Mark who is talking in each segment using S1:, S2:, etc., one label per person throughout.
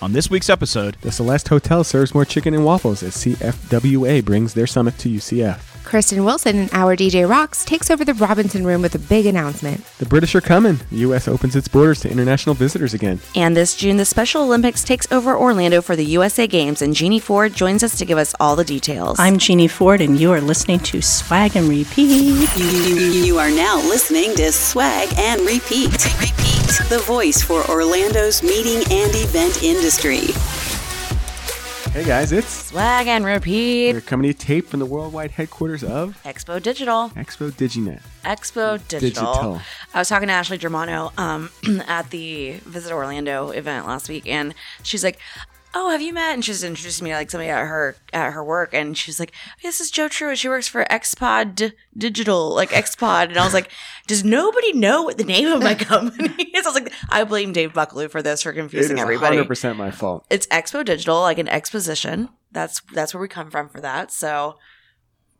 S1: On this week's episode,
S2: The Celeste Hotel serves more chicken and waffles as CFWA brings their summit to UCF.
S3: Kristen Wilson and our DJ Rocks takes over the Robinson Room with a big announcement.
S2: The British are coming. The U.S. opens its borders to international visitors again.
S4: And this June, the Special Olympics takes over Orlando for the USA Games, and Jeannie Ford joins us to give us all the details.
S5: I'm Jeannie Ford, and you are listening to Swag and Repeat.
S6: You, you- you are now listening to Swag and Repeat. Repeat. The voice for Orlando's meeting and event industry.
S2: Hey guys, it's.
S4: Swag and Repeat.
S2: We're coming to you taped from the worldwide headquarters of
S4: Expo Digital.
S2: Expo DigiNet.
S4: Expo Digital.
S2: Digital.
S4: I was talking to Ashley Germano um, at the Visit Orlando event last week, and she's like, "Oh, have you met?" And she's introduced me to, like somebody at her at her work, and she's like, "Oh, "This is Joe True. She works for Xpod D- Digital, like Xpod." And I was like, "Does nobody know what the name of my company is?" I was like, "I blame Dave Buckaloo for this for
S2: It is
S4: confusing everybody."
S2: 100% my fault.
S4: It's Expo Digital, like an exposition. That's that's where we come from for that. So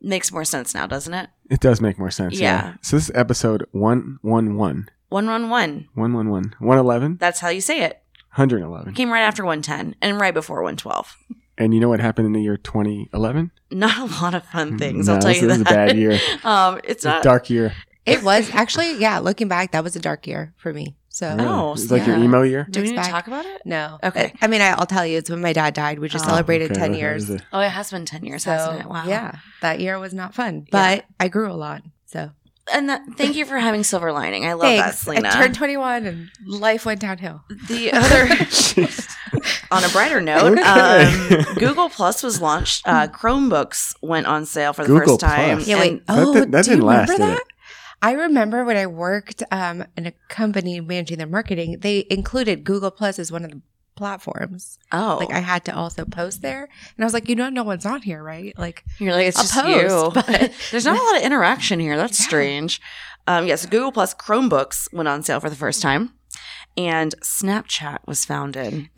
S4: makes more sense now, doesn't it?
S2: It does make more sense. Yeah.
S4: Yeah.
S2: So this is episode 111.
S4: One one one.
S2: 111. 111?
S4: That's how you say it.
S2: 111.
S4: Came right after 110 and right before 112.
S2: And you know what happened in the year 2011?
S4: Not a lot of fun things,
S2: Mm, No,
S4: I'll tell
S2: this
S4: you
S2: is a
S4: that.
S2: bad year.
S4: Um, it's
S2: a
S4: not.
S2: dark year.
S3: It was actually, yeah, looking back, that was a dark year for me. So,
S2: Really.
S4: Oh,
S2: it's like your
S4: snap.
S2: emo year?
S4: Do we need
S3: Mixed
S4: to
S3: bag.
S4: talk about it?
S3: no.
S4: Okay.
S3: I mean, I, I'll tell you, it's when my dad died. We just
S4: Oh,
S3: celebrated
S2: Okay,
S3: 10
S2: that
S3: years.
S2: was it.
S4: Oh, it has been 10 years, hasn't it? Wow.
S3: yeah, that year was not fun,
S4: Yeah.
S3: but I grew a lot. So,
S4: And that, thank you for having Silver Lining. I love that,
S3: thanks.
S4: Selena.
S3: I turned 21 and life went downhill.
S4: the other, on a brighter note,
S2: Okay.
S4: Oh, um, Google Plus was launched. Uh, Chromebooks went on sale for the
S2: Google
S4: first time.
S2: Plus.
S3: Yeah,
S4: and-
S3: wait.
S2: That
S3: oh,
S2: did- that
S3: do
S2: didn't
S3: you
S2: last,
S3: remember
S2: did it?
S3: that? I remember when I worked um, in a company managing their marketing, they included Google Plus as one of the platforms.
S4: Oh,
S3: Like I had to also post there, and I was like, you know, no one's on here, right? Like,
S4: You're like, it's
S3: a
S4: just
S3: post,
S4: you.
S3: but-
S4: There's not a lot of interaction here. That's
S3: Yeah.
S4: strange. Um, yes, Google Plus Chromebooks went on sale for the first time, and Snapchat was founded.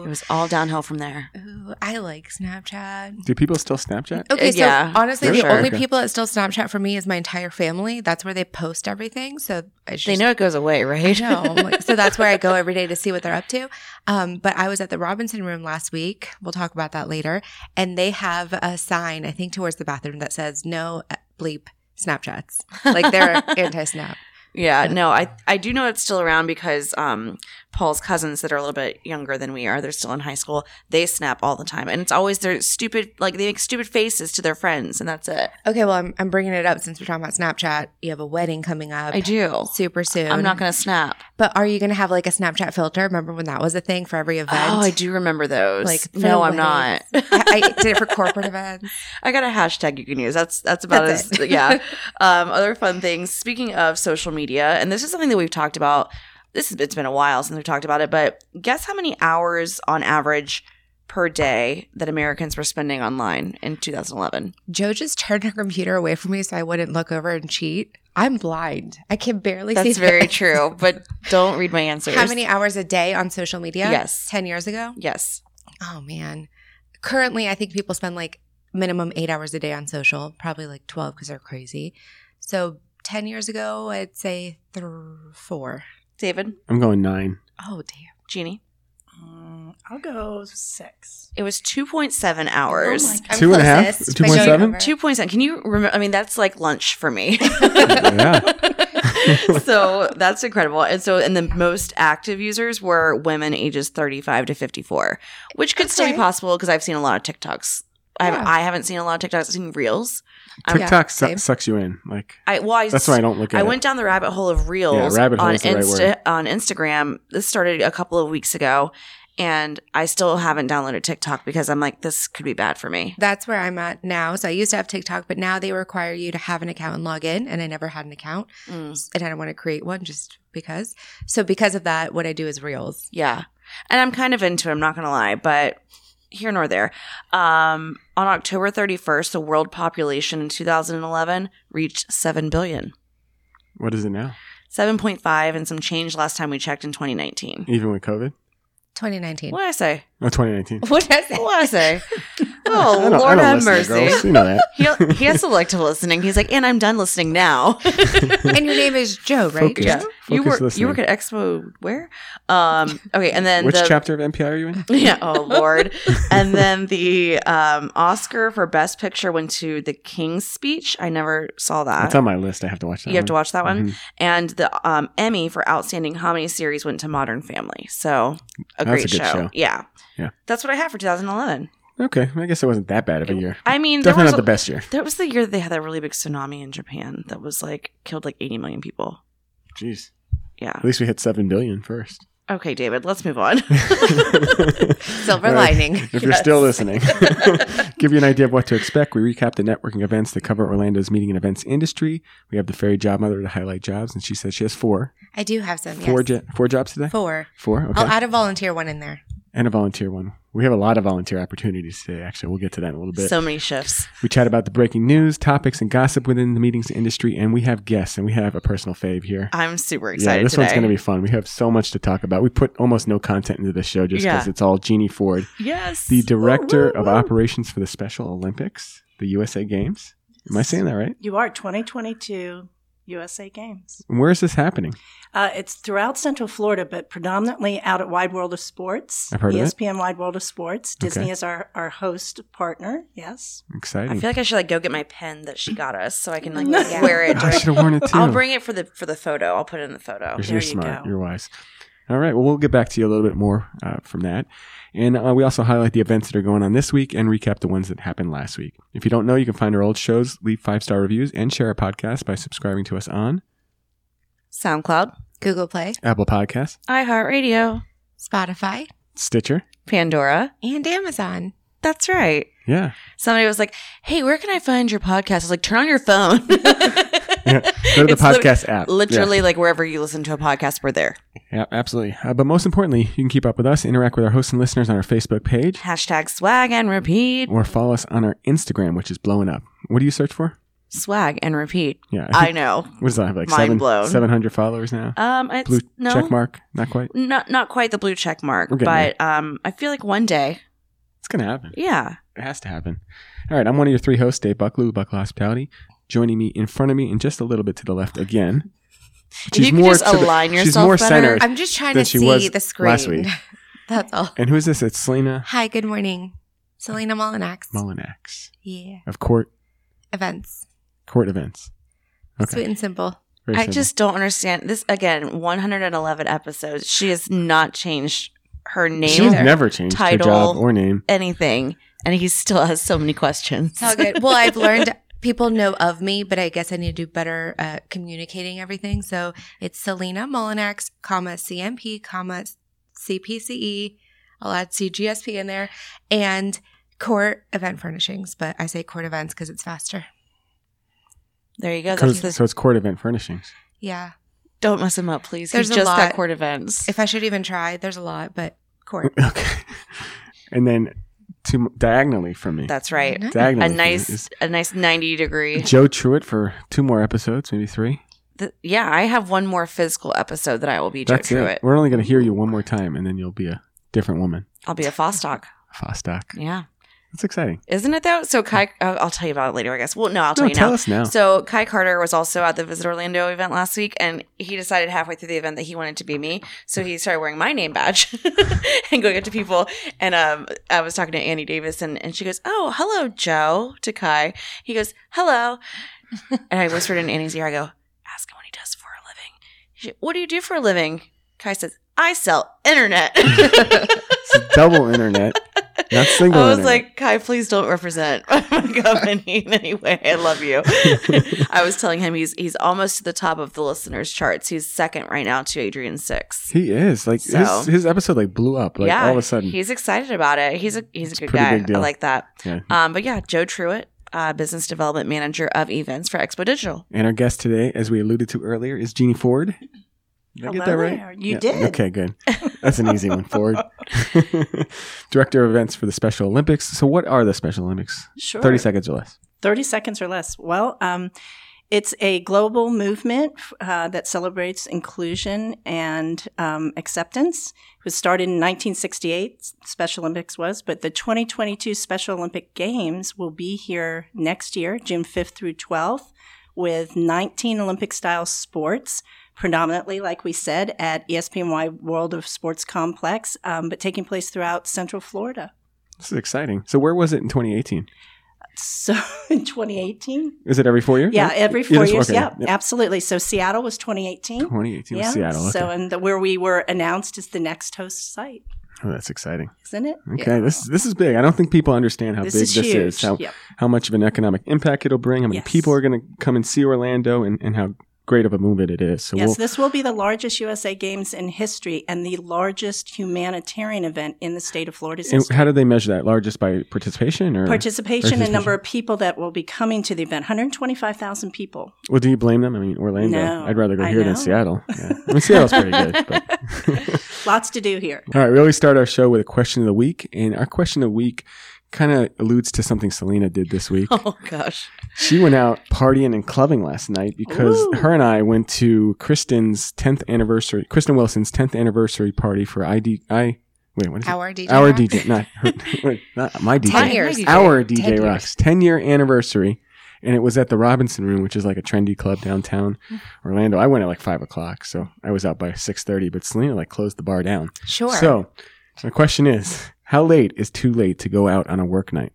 S4: It
S3: ooh,
S4: was all downhill from there.
S3: ooh, I like Snapchat.
S2: Do people still Snapchat?
S4: Oh.
S3: Okay, so
S4: Uh, yeah,
S3: honestly,
S4: for
S3: the
S4: sure.
S3: only
S2: Okay.
S3: people that still Snapchat for me is my entire family. That's where they post everything. So it's
S4: They
S3: just-
S4: know it goes away, right?
S3: No, I'm like- so that's where I go every day to see what they're up to. Um, but I was at the Robinson Room last week. We'll talk about that later. And they have a sign, I think, towards the bathroom that says "No uh, bleep Snapchats." Like they're anti-snap.
S4: Yeah, no, I I do know it's still around because um, Paul's cousins that are a little bit younger than we are, they're still in high school. They snap all the time, and it's always their stupid, like they make stupid faces to their friends, and that's it.
S3: Okay, well, I'm, I'm bringing it up since we're talking about Snapchat. You have a wedding coming up.
S4: I do.
S3: super soon.
S4: I'm not gonna snap.
S3: But are you going to have like a Snapchat filter? Remember when that was a thing for every event?
S4: Oh, I do remember those.
S3: Like
S4: Like, no,
S3: for
S4: I'm not.
S3: weddings. I, I did it for corporate events.
S4: I got a hashtag you can use. That's that's about
S3: That's
S4: as
S3: it.
S4: yeah. Um, other fun things. Speaking of social media, and this is something that we've talked about. This is it's been a while since we've talked about it, but guess how many hours on average per day that Americans were spending online in 2011?
S3: Joe just turned her computer away from me so I wouldn't look over and cheat. I'm blind. I can barely see.
S4: That's very
S3: this.
S4: true. But don't read my answers.
S3: How many hours a day on social media?
S4: Yes.
S3: 10 years ago?
S4: Yes.
S3: Oh, man. Currently, I think people spend like minimum eight hours a day on social, probably like 12 because they're crazy. So 10 years ago, I'd say th- four.
S4: David,
S2: I'm going nine.
S3: Oh, damn.
S4: Jeannie,
S5: Mm, I'll go six.
S4: it was 2.7 hours.
S5: Oh my
S3: I'm
S2: Two and a half?
S3: closest,
S2: Two
S3: but
S2: point
S3: Joe
S2: seven?
S3: number.
S4: Two point seven. Can you remember? I mean, that's like lunch for me. Oh,
S2: Yeah.
S4: so that's incredible. And so, and the most active users were women ages thirty-five to fifty-four, which could still be
S3: Okay.
S4: possible because I've seen a lot of TikToks. I haven't,
S3: Yeah.
S4: I haven't seen a lot of TikToks. I've seen reels. I-
S3: Yeah,
S2: TikTok su-
S3: same.
S2: sucks you in. Like
S4: I well, I,
S2: that's why I don't look at
S4: I
S2: it.
S4: went down the rabbit hole of reels
S2: rabbit hole
S4: on
S2: is the right
S4: Insta
S2: word.
S4: on Instagram. This started a couple of weeks ago, and I still haven't downloaded TikTok because I'm like, this could be bad for me.
S3: That's where I'm at now. So I used to have TikTok, but now they require you to have an account and log in. And I never had an account.
S4: Mm.
S3: and I don't want to create one just because. So because of that, what I do is reels.
S4: Yeah. And I'm kind of into it, I'm not going to lie, but here nor there. Um, on October 31st, the world population in 2011 reached 7 billion.
S2: what is it now?
S4: 7.5 and some change last time we checked in 2019.
S2: Even with COVID?
S3: Twenty nineteen.
S4: What did I say?
S2: Oh, 2019.
S3: What is
S4: What did I say? Oh,
S2: I don't,
S4: Lord
S2: I don't listen
S4: have
S2: to
S4: mercy.
S2: girls. You know that.
S4: He'll, he has selective listening. He's like, and I'm done listening now.
S3: and your name is Joe, right?
S2: Focus.
S4: yeah,
S3: Joe?
S4: you
S2: Focus
S4: work. You
S2: listening.
S4: work at Expo where? Um, okay, and then
S2: Which
S4: the,
S2: chapter of NPR are you in?
S4: Yeah. Oh Lord. and then the um, Oscar for Best Picture went to The King's Speech. I never saw that.
S2: It's on my list. I have to watch that.
S4: Uh, you have to watch that one.
S2: Mhm.
S4: And the um, Emmy for Outstanding Comedy Series went to Modern Family. So a
S2: That's
S4: great
S2: a good
S4: show.
S2: show.
S4: Yeah.
S2: Yeah.
S4: That's what I have for 2011.
S2: Okay, I guess it wasn't that bad of a year.
S4: I mean, there
S2: Definitely
S4: was
S2: not
S4: a-
S2: the best year.
S4: That was the year they had that really big tsunami in Japan that was like killed like 80 million people.
S2: Jeez.
S4: Yeah.
S2: At least we hit seven billion first.
S4: Okay, David, let's move on.
S3: Silver
S2: All right.
S3: lining.
S2: If you're still listening, give you an idea of what to expect. We recap the networking events that cover Orlando's meeting and events industry. We have the fairy job mother to highlight jobs, and she says she has four,
S3: I do have some.
S2: four,
S3: yes.
S2: jo- four jobs today.
S3: Four.
S2: Four, okay,
S3: I'll add a volunteer one in there.
S2: and a volunteer one. We have a lot of volunteer opportunities today. Actually, we'll get to that in a little bit.
S4: so many shifts.
S2: we chat about the breaking news, topics, and gossip within the meetings industry, and we have guests, and we have a personal fave here.
S4: I'm super excited.
S2: Yeah, this
S4: today.
S2: one's going to be fun. We have so much to talk about. We put almost no content into this show just because
S4: Yeah.
S2: it's all Jeannie Ford.
S4: Yes.
S2: the director
S4: Woo, woo,
S2: of
S4: woo.
S2: operations for the Special Olympics, the USA Games. Am I saying that right?
S5: You are 2022 USA Games.
S2: And Where is this happening?
S5: Uh, it's throughout Central Florida, but predominantly out at Wide World of Sports. E
S2: I've heard of it.
S5: ESPN Wide World of Sports. Disney
S2: Okay.
S5: is our, our host partner. Yes.
S4: I
S2: Exciting.
S4: feel like I should like go get my pen that she got us so I can like
S5: Yeah.
S4: wear it.
S2: I,
S4: during-
S2: should have worn it too.
S4: I'll bring it for the for the photo. I'll put it in the photo.
S2: You're,
S5: There
S2: you're
S5: you
S2: smart.
S5: go.
S2: You're wise. All right. Well, we'll get back to you a little bit more uh, from that. And uh, we also highlight the events that are going on this week and recap the ones that happened last week. If you don't know, you can find our old shows, leave five star reviews, and share our podcast by subscribing to us on
S4: SoundCloud,
S3: Google Play,
S2: Apple Podcasts,
S4: iHeartRadio,
S3: Spotify,
S2: Stitcher.
S4: Pandora.
S3: and Amazon.
S4: That's right.
S2: Yeah.
S4: Somebody was like, "Hey, where can I find your podcast?" I was like, "Turn on your phone."
S2: yeah. Go to the
S4: It's lit-
S2: podcast app. Yeah.
S4: Literally, like wherever you listen to a podcast, we're there.
S2: Yeah, absolutely. Uh, but most importantly, you can keep up with us, interact with our hosts and listeners on our Facebook page,
S4: Hashtag swag and repeat.
S2: or follow us on our Instagram, which is blowing up. What do you search for?
S4: Swag and repeat.
S2: Yeah, I
S4: I
S2: think-
S4: know.
S2: What does that have? Like
S4: Mind
S2: seven,
S4: blown.
S2: seven hundred followers now.
S4: Um, it's
S2: Blue
S4: no,
S2: check mark? Not quite.
S4: not not quite the blue check mark,
S2: We're getting
S4: but um, I feel like one day,
S2: It's gonna happen.
S4: yeah.
S2: It has to happen. All right, I'm one of your three hosts, Dave Bucklew, Buckle Hospitality. Joining me in front of me and just a little bit to the left again.
S4: you could just
S2: to the-
S4: align
S2: she's
S4: yourself
S2: more
S4: better.
S2: centered.
S3: I'm just trying
S2: Then
S3: to
S2: she
S3: see
S2: was
S3: the screen.
S2: last week.
S3: That's all.
S2: and who is this? It's Selena
S3: Hi, good morning. Selena Molinax.
S2: Molinax
S3: yeah.
S2: of Court
S3: Events.
S2: Court Events. Okay.
S3: Sweet and simple.
S2: Very
S4: I
S2: simple.
S4: just don't understand this again. 111 episodes. She has not changed her name,
S2: she's
S4: or
S2: never changed
S4: Title.
S2: her job or name.
S4: anything, and he still has so many questions.
S3: It's all good. Well, I've learned people know of me, but I guess I need to do better uh, communicating everything. So it's Selena Molinax, comma CMP, comma CPCE. E. I'll add CGSP in there and court event furnishings, but I say court events because it's faster.
S4: There you go.
S2: So
S4: That's the,
S2: it's, so it's Court Event Furnishings.
S3: Yeah.
S4: don't mess him up, please.
S3: There's
S4: He's
S3: a
S4: just got
S3: lot.
S4: court events.
S3: If I should even try, there's a lot, but court.
S2: Okay. And then to diagonally from me.
S4: That's right.
S3: No.
S2: diagonally
S4: A
S2: from me
S4: nice,
S2: is
S4: a nice 90 degree.
S2: Joe Truitt for two more episodes, maybe three.
S4: Th- yeah, I have one more physical episode that I will be Joe
S2: That's
S4: Truitt.
S2: it. We're only going to hear you one more time, and then you'll be a different woman.
S4: I'll be a Fostock.
S2: Fostock.
S4: Yeah,
S2: That's exciting.
S4: isn't it though? So Kai, uh, I'll tell you about it later. I guess. Well, no, I'll tell
S2: No,
S4: you
S2: tell
S4: now.
S2: us now.
S4: So Kai Carter was also at the Visit Orlando event last week, and he decided halfway through the event that he wanted to be me. So he started wearing my name badge and going up to people. And um, I was talking to Annie Davis, and, and she goes, "Oh, hello, Joe." To Kai, he goes, "Hello," and I whispered in Annie's ear. I go, "Ask him what he does for a living." She, what do you do for a living? Kai says, "I sell internet."
S2: It's double internet, not single
S4: I was
S2: internet.
S4: like, Kai, please don't represent my company in any way. I love you. I was telling him he's he's almost to the top of the listeners' charts. He's second right now to Adrian Six.
S2: he is like
S4: So-
S2: his, his episode like blew up like all of a sudden.
S4: he's excited about it. He's a he's a good
S2: pretty
S4: guy.
S2: big deal.
S4: I like that.
S2: yeah.
S4: Um, but yeah, Joe Truitt, uh, business development manager of events for Expo Digital.
S2: And our guest today, as we alluded to earlier, is Jeannie Ford. Did I get that
S5: Hello
S2: right?
S5: there. You
S2: Yeah,
S5: did.
S2: Okay, good. That's an easy one, Ford. Director of events for the Special Olympics. So, what are the Special Olympics?
S5: Sure.
S2: 30 seconds or less.
S5: 30 seconds or less. Well, um, It's a global movement uh, that celebrates inclusion and um, acceptance. It was started in 1968, Special Olympics was, but the 2022 Special Olympic Games will be here next year, June 5th through 12th, with 19 Olympic style sports, predominantly, like we said, at E ESPNY World of Sports Complex, um, but taking place throughout Central Florida.
S2: This is exciting. So where was it in 2018?
S5: So in 2018,
S2: Is it every four years?
S5: yeah, every four
S2: this-
S5: years,
S2: okay,
S5: yeah, absolutely. So Seattle was 2018.
S2: 2018 was Seattle. Okay.
S5: So, and the, where we were announced as the next host site,
S2: oh, that's exciting.
S5: isn't it?
S2: Okay, this this is big. I don't think people understand how
S5: this
S2: big
S5: is
S2: this
S5: huge.
S2: is. How
S5: Yep.
S2: how much of an economic impact it'll bring. How many
S5: Yes.
S2: people are going to come and see Orlando, and, and how great of a movement it is. So
S5: yes,
S2: we'll,
S5: this will be the largest USA Games in history and the largest humanitarian event in the state of Florida's
S2: and
S5: history.
S2: how do they measure that? Largest by participation or
S5: Participation and
S2: Participation.
S5: number of people that will be coming to the event 125,000 people.
S2: Well, do you blame them? I mean, Orlando.
S5: No,
S2: I'd rather go
S5: I
S2: here than
S5: know.
S2: Seattle. Yeah. I mean, Seattle's pretty good. But.
S5: Lots to do here.
S2: All right, we always start our show with a question of the week, and our question of the week kind of alludes to something Selena did this week.
S4: Oh gosh.
S2: She went out partying and clubbing last night because
S5: Ooh.
S2: her and I went to Kristen's 10th anniversary, Kristen Wilson's 10th anniversary party for ID, I, wait, what is it?
S3: Our DJ.
S2: Our
S3: Rock.
S2: DJ, not, her, wait, not my DJ.
S3: Ten
S4: My
S3: years.
S4: DJ.
S2: Our
S3: Ten
S2: DJ
S3: years.
S2: Rocks 10 year anniversary. And it was at the Robinson Room, which is like a trendy club downtown Orlando. I went at like five o'clock, so I was out by six thirty. But Selena like closed the bar down.
S3: Sure.
S2: So the question is, how late is too late to go out on a work night?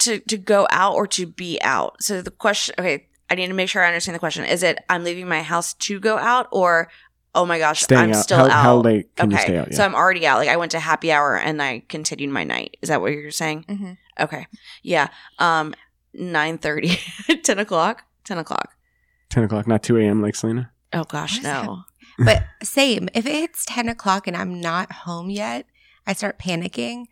S4: To to go out or to be out. So the question. Okay, I need to make sure I understand the question. Is it I'm leaving my house to go out or oh my gosh,
S2: Staying
S4: I'm
S2: out.
S4: still
S2: how,
S4: out.
S2: how late can
S4: okay,
S2: you stay out?
S4: so I'm already out. Like I went to happy hour and I continued my night. Is that what you're saying?
S3: Mhm.
S4: Okay. Yeah. Um, nine thirty, ten o'clock, ten o'clock.
S2: Ten o'clock, not two a.m. Like Selena.
S4: Oh gosh,
S3: What is that?
S4: no.
S3: But same. If it's 10 o'clock and I'm not home yet, I start panicking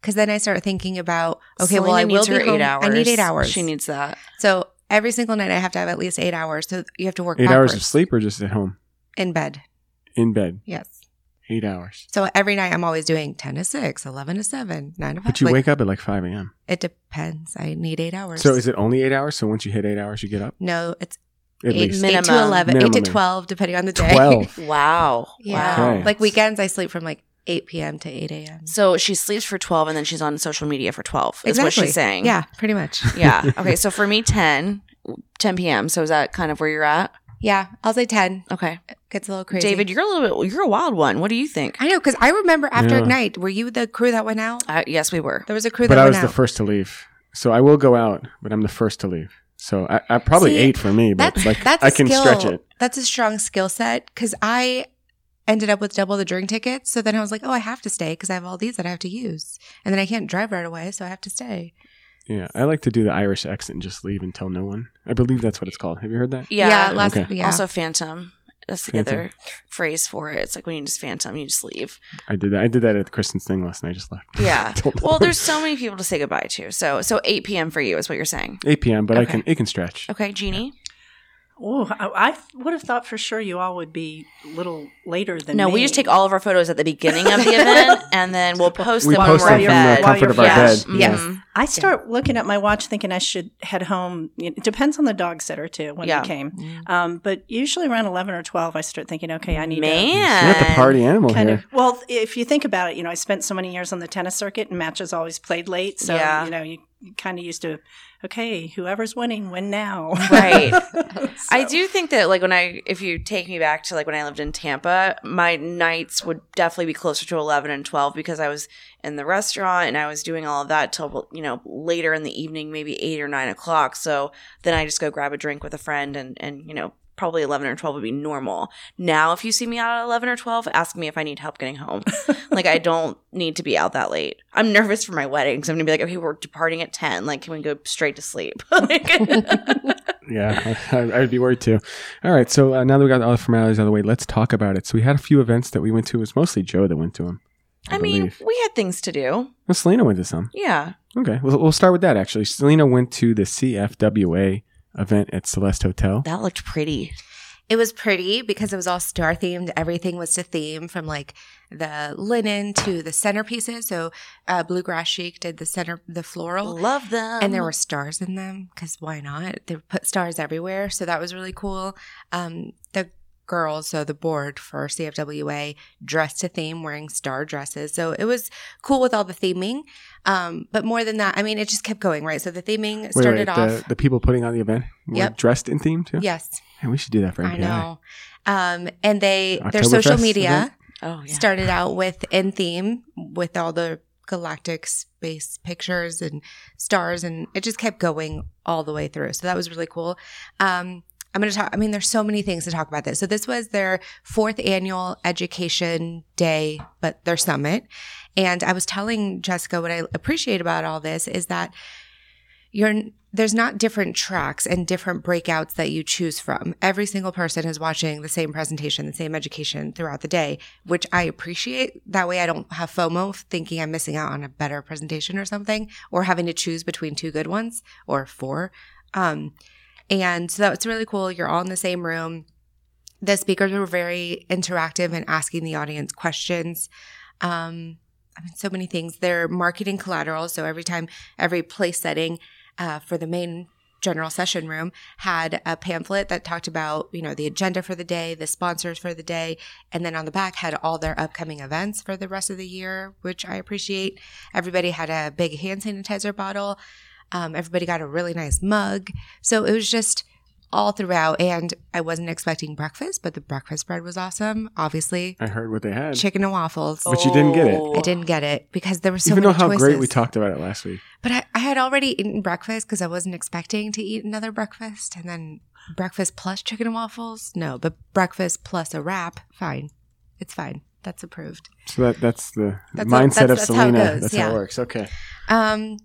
S3: because then I start thinking about, okay, well,
S4: Selena
S3: I will
S4: needs
S3: be
S4: her
S3: home.
S4: eight hours.
S3: I need eight hours.
S4: She needs that.
S3: so every single night I have to have at least eight hours. So you have to work
S2: Eight
S3: backwards.
S2: hours of sleep or just at home
S3: in bed.
S2: in bed.
S3: Yes.
S2: Eight hours.
S3: So every night I'm always doing 10 to 6, 11 to 7, 9 to 5.
S2: But you
S3: Like,
S2: wake up at like five a.m.
S3: It depends. I need eight hours.
S2: So is it only eight hours? So once you hit eight hours, you get up
S3: no, it's
S2: at
S3: eight,
S2: least
S3: eight to
S4: Minimum.
S3: 11,
S2: Minimum.
S3: 8 to 12, depending on the day.
S2: twelve.
S4: Wow.
S3: yeah.
S4: Wow.
S2: Okay.
S3: Like weekends, I sleep from like 8 p.m. to 8 a.m.
S4: So she sleeps for twelve and then she's on social media for twelve. Is what she's saying.
S3: Yeah, pretty much.
S4: Yeah. Okay. So for me, 10, 10 p.m. So is that kind of where you're at?
S3: Yeah, I'll say 10.
S4: Okay.
S3: Gets a little crazy.
S4: David, you're a little bit, you're a wild one. What do you think?
S3: I know, because I remember after
S2: Yeah.
S3: Ignite, were you the crew that went out?
S4: Uh, yes, we were.
S3: There was a crew
S2: but
S3: that
S2: I
S3: went
S2: was
S3: out.
S2: the first to leave. So I will go out, but I'm the first to leave. So I, I probably
S3: See,
S2: eight for me, but
S3: that's,
S2: like
S3: that's a
S2: I can
S3: skill.
S2: stretch it.
S3: That's a strong skill set because I ended up with double the drink tickets. So then I was like, oh, I have to stay because I have all these that I have to use. And then I can't drive right away, so I have to stay.
S2: Yeah, I like to do the Irish exit and just leave and tell no one. I believe that's what it's called. Have you heard that?
S4: Yeah.
S3: last,
S2: Okay.
S3: yeah.
S4: Also, phantom. That's the
S2: Phantom.
S4: other phrase for it. It's like when you just phantom, you just leave.
S2: I did that. I did that at Kristen's thing last night. I just left.
S4: Yeah.
S2: Don't
S4: Well,
S2: worry.
S4: there's so many people to say goodbye to. So, so 8 p.m. for you is what you're saying.
S2: 8 p.m., but I
S4: Okay.
S2: can it can stretch.
S4: Okay, Jeannie.
S5: Oh, I, I would have thought for sure you all would be a little later than
S4: No,
S5: me.
S4: we just take all of our photos at the beginning of the event, and then we'll post
S2: We
S4: them
S2: post them
S4: when we're
S2: from
S4: in
S2: the
S4: bed.
S5: While
S2: comfort
S5: you're
S2: of our
S5: fresh.
S2: bed.
S4: Mhm.
S3: Yes.
S5: I start looking at my watch thinking I should head home. It depends on the dog sitter too when
S4: Yeah. Mm.
S5: they came. Um, but usually around 11 or 12, I start thinking, okay, I need to.
S4: Man,
S2: You're not the party animal
S5: Kind
S2: here.
S5: of, well, if you think about it, you know, I spent so many years on the tennis circuit and matches always played late. So,
S4: Yeah.
S5: you know, you, you kind of used to, okay, whoever's winning, win now.
S4: Right.
S5: So-
S4: I do think that, like, when I, if you take me back to like when I lived in Tampa, my nights would definitely be closer to 11 and 12 because I was in the restaurant and I was doing all of that till, you know, later in the evening, maybe eight or nine o'clock. So then I just go grab a drink with a friend and, and, you know, probably 11 or 12 would be normal. Now, if you see me out at 11 or 12, ask me if I need help getting home. like, I don't need to be out that late. I'm nervous for my wedding. So I'm going to be like, okay, we're departing at 10. Like, can we go straight to sleep? like,
S2: Yeah, I, I would be worried too. All right, so uh, now that we got all the formalities out of the way, let's talk about it. So we had a few events that we went to. It was mostly Joe that went to them. I,
S4: I mean,
S2: believe.
S4: we had things to do.
S2: Well, Selena went to some.
S4: Yeah.
S2: Okay, we'll, we'll start with that actually. Selena went to the CFWA event at Celeste Hotel.
S4: That looked pretty.
S3: It was pretty because it was all star themed. Everything was to theme from like the linen to the centerpieces. So uh, Bluegrass Chic did the center, the floral,
S4: Love them.
S3: Oh. and there
S2: Um.
S3: were stars in them because why not? They put stars everywhere, so that was really cool. Um, the girls, so the board for CFWA, dressed to theme, wearing star dresses. So it was cool with all the theming. Um, but more than that, I mean, it just kept going, right? So the theming
S2: Wait, wait,
S3: started off.
S2: the, the people putting on the event were
S3: Yep.
S2: dressed in theme too.
S3: Yes,
S2: Man, we should do that for
S3: I
S2: MPI.
S3: know. Um, and they their
S2: Oktoberfest
S3: social
S2: event?
S3: media
S4: oh, yeah.
S3: started out with in theme with all the galactic space pictures and stars, and it just kept going all the way through. So that was really cool. Um, I'm going to talk. I mean, there's so many things to talk about this. So this was their fourth annual education day, but their summit. And I was telling Jessica what I appreciate about all this is that you're there's not different tracks and different breakouts that you choose from. Every single person is watching the same presentation, the same education throughout the day, which I appreciate. That way I don't have FOMO of thinking I'm missing out on a better presentation or something or having to choose between two good ones or four. Um and so that's really cool. You're all in the same room. The speakers were very interactive and asking the audience questions. Um I mean, so many things. They're marketing collateral. So every time, every place setting uh, for the main general session room had a pamphlet that talked about, you know, the agenda for the day, the sponsors for the day, and then on the back had all their upcoming events for the rest of the year, which I appreciate. Everybody had a big hand sanitizer bottle. Um, everybody got a really nice mug. So it was just all throughout. And I wasn't expecting breakfast, but the breakfast bread was awesome. Obviously,
S2: I heard what they had.
S3: chicken and waffles.
S2: But you didn't get it.
S3: I didn't get it because there were so
S2: Even though
S3: many
S2: how
S3: choices.
S2: great we talked about it last week.
S3: But I, I had already eaten breakfast because I wasn't expecting to eat another breakfast, and then breakfast plus chicken and waffles. No, but breakfast plus a wrap. Fine, it's fine. That's approved.
S2: So that that's the
S3: That's how-
S2: mindset
S3: that's-
S2: of
S3: that's how it
S2: Selena.
S3: goes,
S2: that's
S3: yeah.
S2: how it works. Okay.
S3: Um,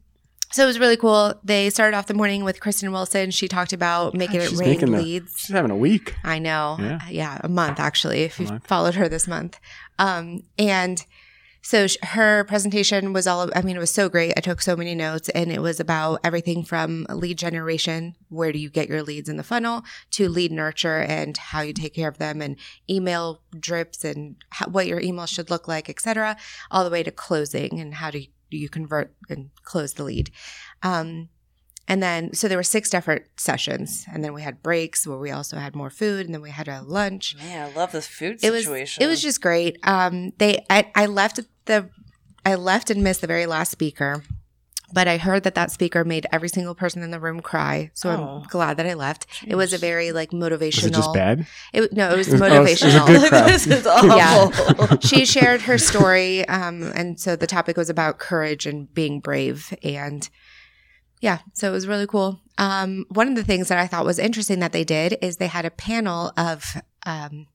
S3: so it was really cool. They started off the morning with Kristen Wilson. She talked about making it
S2: She's
S3: rain
S2: making the-
S3: leads.
S2: She's having a week.
S3: I know. Uh,
S2: Yeah.
S3: Yeah. a month actually, if
S2: A
S3: you
S2: month.
S3: followed her this month. Um, and so sh- her presentation was all, I mean, it was so great. I took so many notes and it was about everything from lead generation, where do you get your leads in the funnel, to lead nurture and how you take care of them and email drips and how, what your email should look like, et cetera, all the way to closing and how do you, do you convert and close the lead. Um, and then, so there were six different sessions, and then we had breaks where we also had more food, and then we had a lunch.
S4: Man, I love the food
S3: It was
S4: situation.
S3: it was just great. Um, they I, I left the I left and missed the very last speaker, but I heard that that speaker made every single person in the room cry. So
S4: Oh.
S3: I'm glad that I left. It was a
S4: Jeez.
S3: very like motivational.
S2: Was it just bad?
S3: It- no, it was
S2: It was- oh, it was a
S3: motivational.
S2: good crowd.
S4: this is awful.
S3: Yeah. she shared her story um, and so the topic was about courage and being brave and yeah so it was really cool um, one of the things that i thought was interesting that they did is they had a panel of um,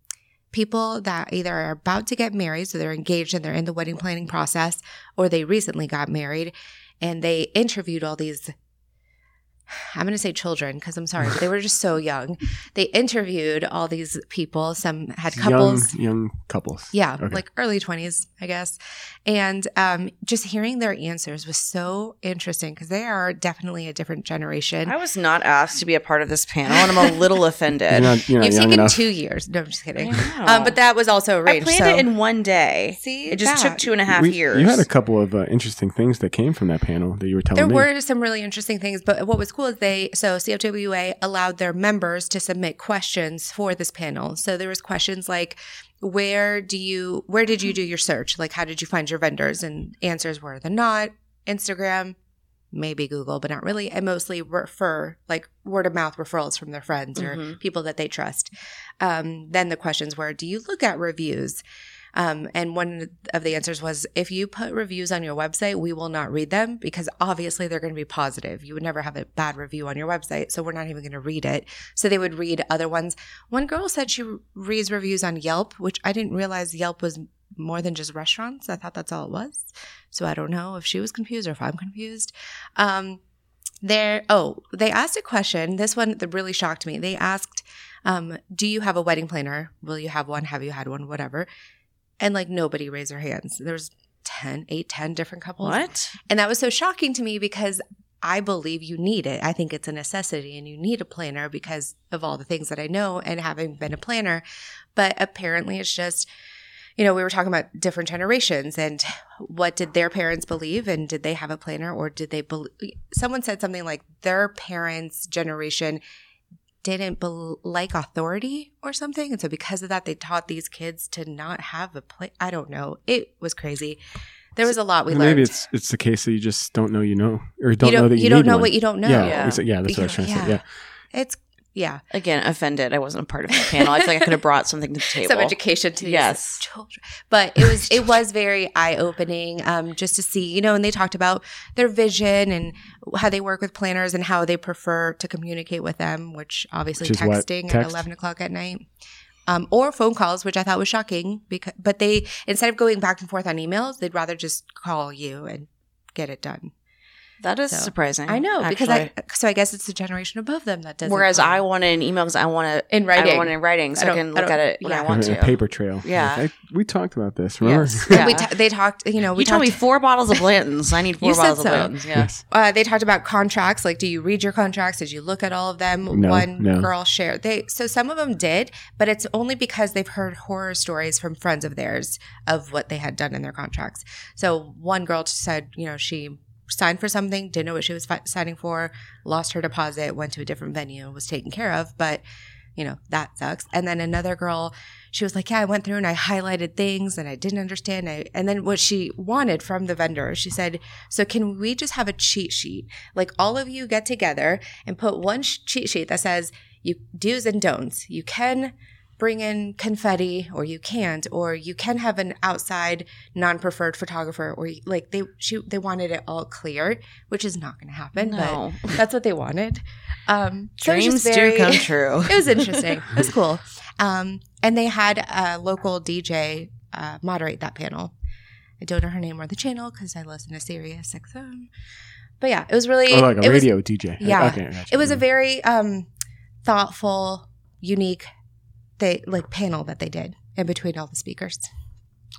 S3: people that either are about to get married so they're engaged and they're in the wedding planning process or they recently got married and they interviewed all these I'm going to say children because I'm sorry, but they were just so young. They interviewed all these people. Some had couples.
S2: Young young couples.
S3: Yeah,
S2: Okay.
S3: like early 20s, I guess. And um, just hearing their answers was so interesting because they are definitely a different generation.
S4: I was not asked to be a part of this panel, and I'm a little
S2: You're
S4: offended.
S2: not, you're not
S3: You've
S2: young
S3: taken
S2: enough.
S3: two years. No, I'm just
S4: I
S3: kidding.
S4: know.
S3: Um, but that was also
S4: I
S3: arranged.
S4: planned
S3: so.
S4: it in one day.
S3: See,
S4: It just
S3: that.
S4: took two and a half
S2: We-
S4: years.
S2: You had a couple of uh, interesting things that came from that panel that you were telling
S3: There
S2: me.
S3: were some really interesting things, but what was cool is they so CFWA allowed their members to submit questions for this panel. So there was questions like where do you where did you do your search? Like how did you find your vendors? And answers were the not, Instagram, maybe Google, but not really, and mostly refer like word of mouth referrals from their friends or
S4: Mhm.
S3: people that they trust. Um, then the questions were, do you look at reviews? Um, and one of the answers was if you put reviews on your website, we will not read them because obviously they're going to be positive. You would never have a bad review on your website. So we're not even going to read it. So they would read other ones. One girl said she reads reviews on Yelp, which I didn't realize Yelp was more than just restaurants. I thought that's all it was. So I don't know if she was confused or if I'm confused. Um, there, oh, they asked a question. This one that really shocked me. They asked, um, Do you have a wedding planner? Will you have one? Have you had one? Whatever. And like nobody raised their hands. There's 10, 8, 10 different couples.
S4: what?
S3: And that was so shocking to me because I believe you need it. I think it's a necessity and you need a planner because of all the things that I know and having been a planner. But apparently, it's just, you know, we were talking about different generations and what did their parents believe and did they have a planner or did they believe? Someone said something like their parents' generation didn't bel like authority or something. And so, because of that, they taught these kids to not have a plan. I don't know. It was crazy. There was a lot we
S2: And
S3: learned.
S2: maybe it's it's the case that you just don't know you know, or don't,
S3: you
S2: know that you,
S3: don't
S2: need
S3: know
S2: one.
S3: what you don't know.
S2: Yeah,
S4: Yeah.
S2: it's- yeah, that's what I was trying to say. Yeah,
S3: It's yeah.
S4: Again, offended. I wasn't a part of that panel. I feel like I could have brought something to the table.
S3: Some education to these
S4: Yes.
S3: children. But it was it was very eye opening um, just to see, you know, and they talked about their vision and how they work with planners and how they prefer to communicate with them, which obviously
S2: Which is what?
S3: texting at
S2: Text?
S3: eleven o'clock at night. Um, or phone calls, which I thought was shocking because but they instead of going back and forth on emails, they'd rather just call you and get it done.
S4: that is
S3: So,
S4: surprising.
S3: I know, because I
S4: actually.
S3: so I guess it's the generation above them that doesn't
S4: Whereas
S3: call.
S4: I wanted an email because I want to
S3: In writing.
S4: I want it in writing, so
S3: I
S4: I,
S3: don't-
S4: can
S3: I
S4: look
S3: don't-
S4: at it when
S3: yeah.
S4: I want
S2: Having
S4: to.
S2: a paper trail.
S4: Yeah.
S2: Like, I- we talked about this. Remember?
S4: Yes.
S3: Yeah.
S4: Yeah.
S3: we ta- they talked, you know, we
S4: you told
S3: talked,
S4: me four bottles of Blanton's. I need four
S3: You said
S4: bottles
S3: so.
S4: of Blanton's. Yeah.
S2: Yes.
S3: uh, they talked about contracts. Like, do you read your contracts? Did you look at all of them?
S2: No,
S3: One
S2: no.
S3: girl shared. They so some of them did, but it's only because they've heard horror stories from friends of theirs of what they had done in their contracts. So one girl said, you know, she signed for something, didn't know what she was fi- signing for, lost her deposit, went to a different venue, was taken care of, but you know that sucks. And then another girl, she was like, yeah, I went through and I highlighted things and I didn't understand. I, and then what she wanted from the vendor, she said, so can we just have a cheat sheet? Like all of you get together and put one sh- cheat sheet that says you do's and don'ts. You can bring in confetti or you can't or you can have an outside non-preferred photographer or you- like they she they wanted it all clear, which is not going to happen,
S4: No.
S3: but that's what they wanted. Um so it was
S4: Dreams
S3: just very-
S4: do come true.
S3: it was interesting. it was cool. Um, and they had a local DJ uh, moderate that panel. I don't know her name or the channel because I listen to Sirius XM. But yeah, it was really
S2: Or Oh, like a
S3: it was-
S2: radio DJ.
S3: yeah.
S2: Okay, I gotcha.
S3: it was a very um, thoughtful, unique, they like panel that they did in between all the speakers.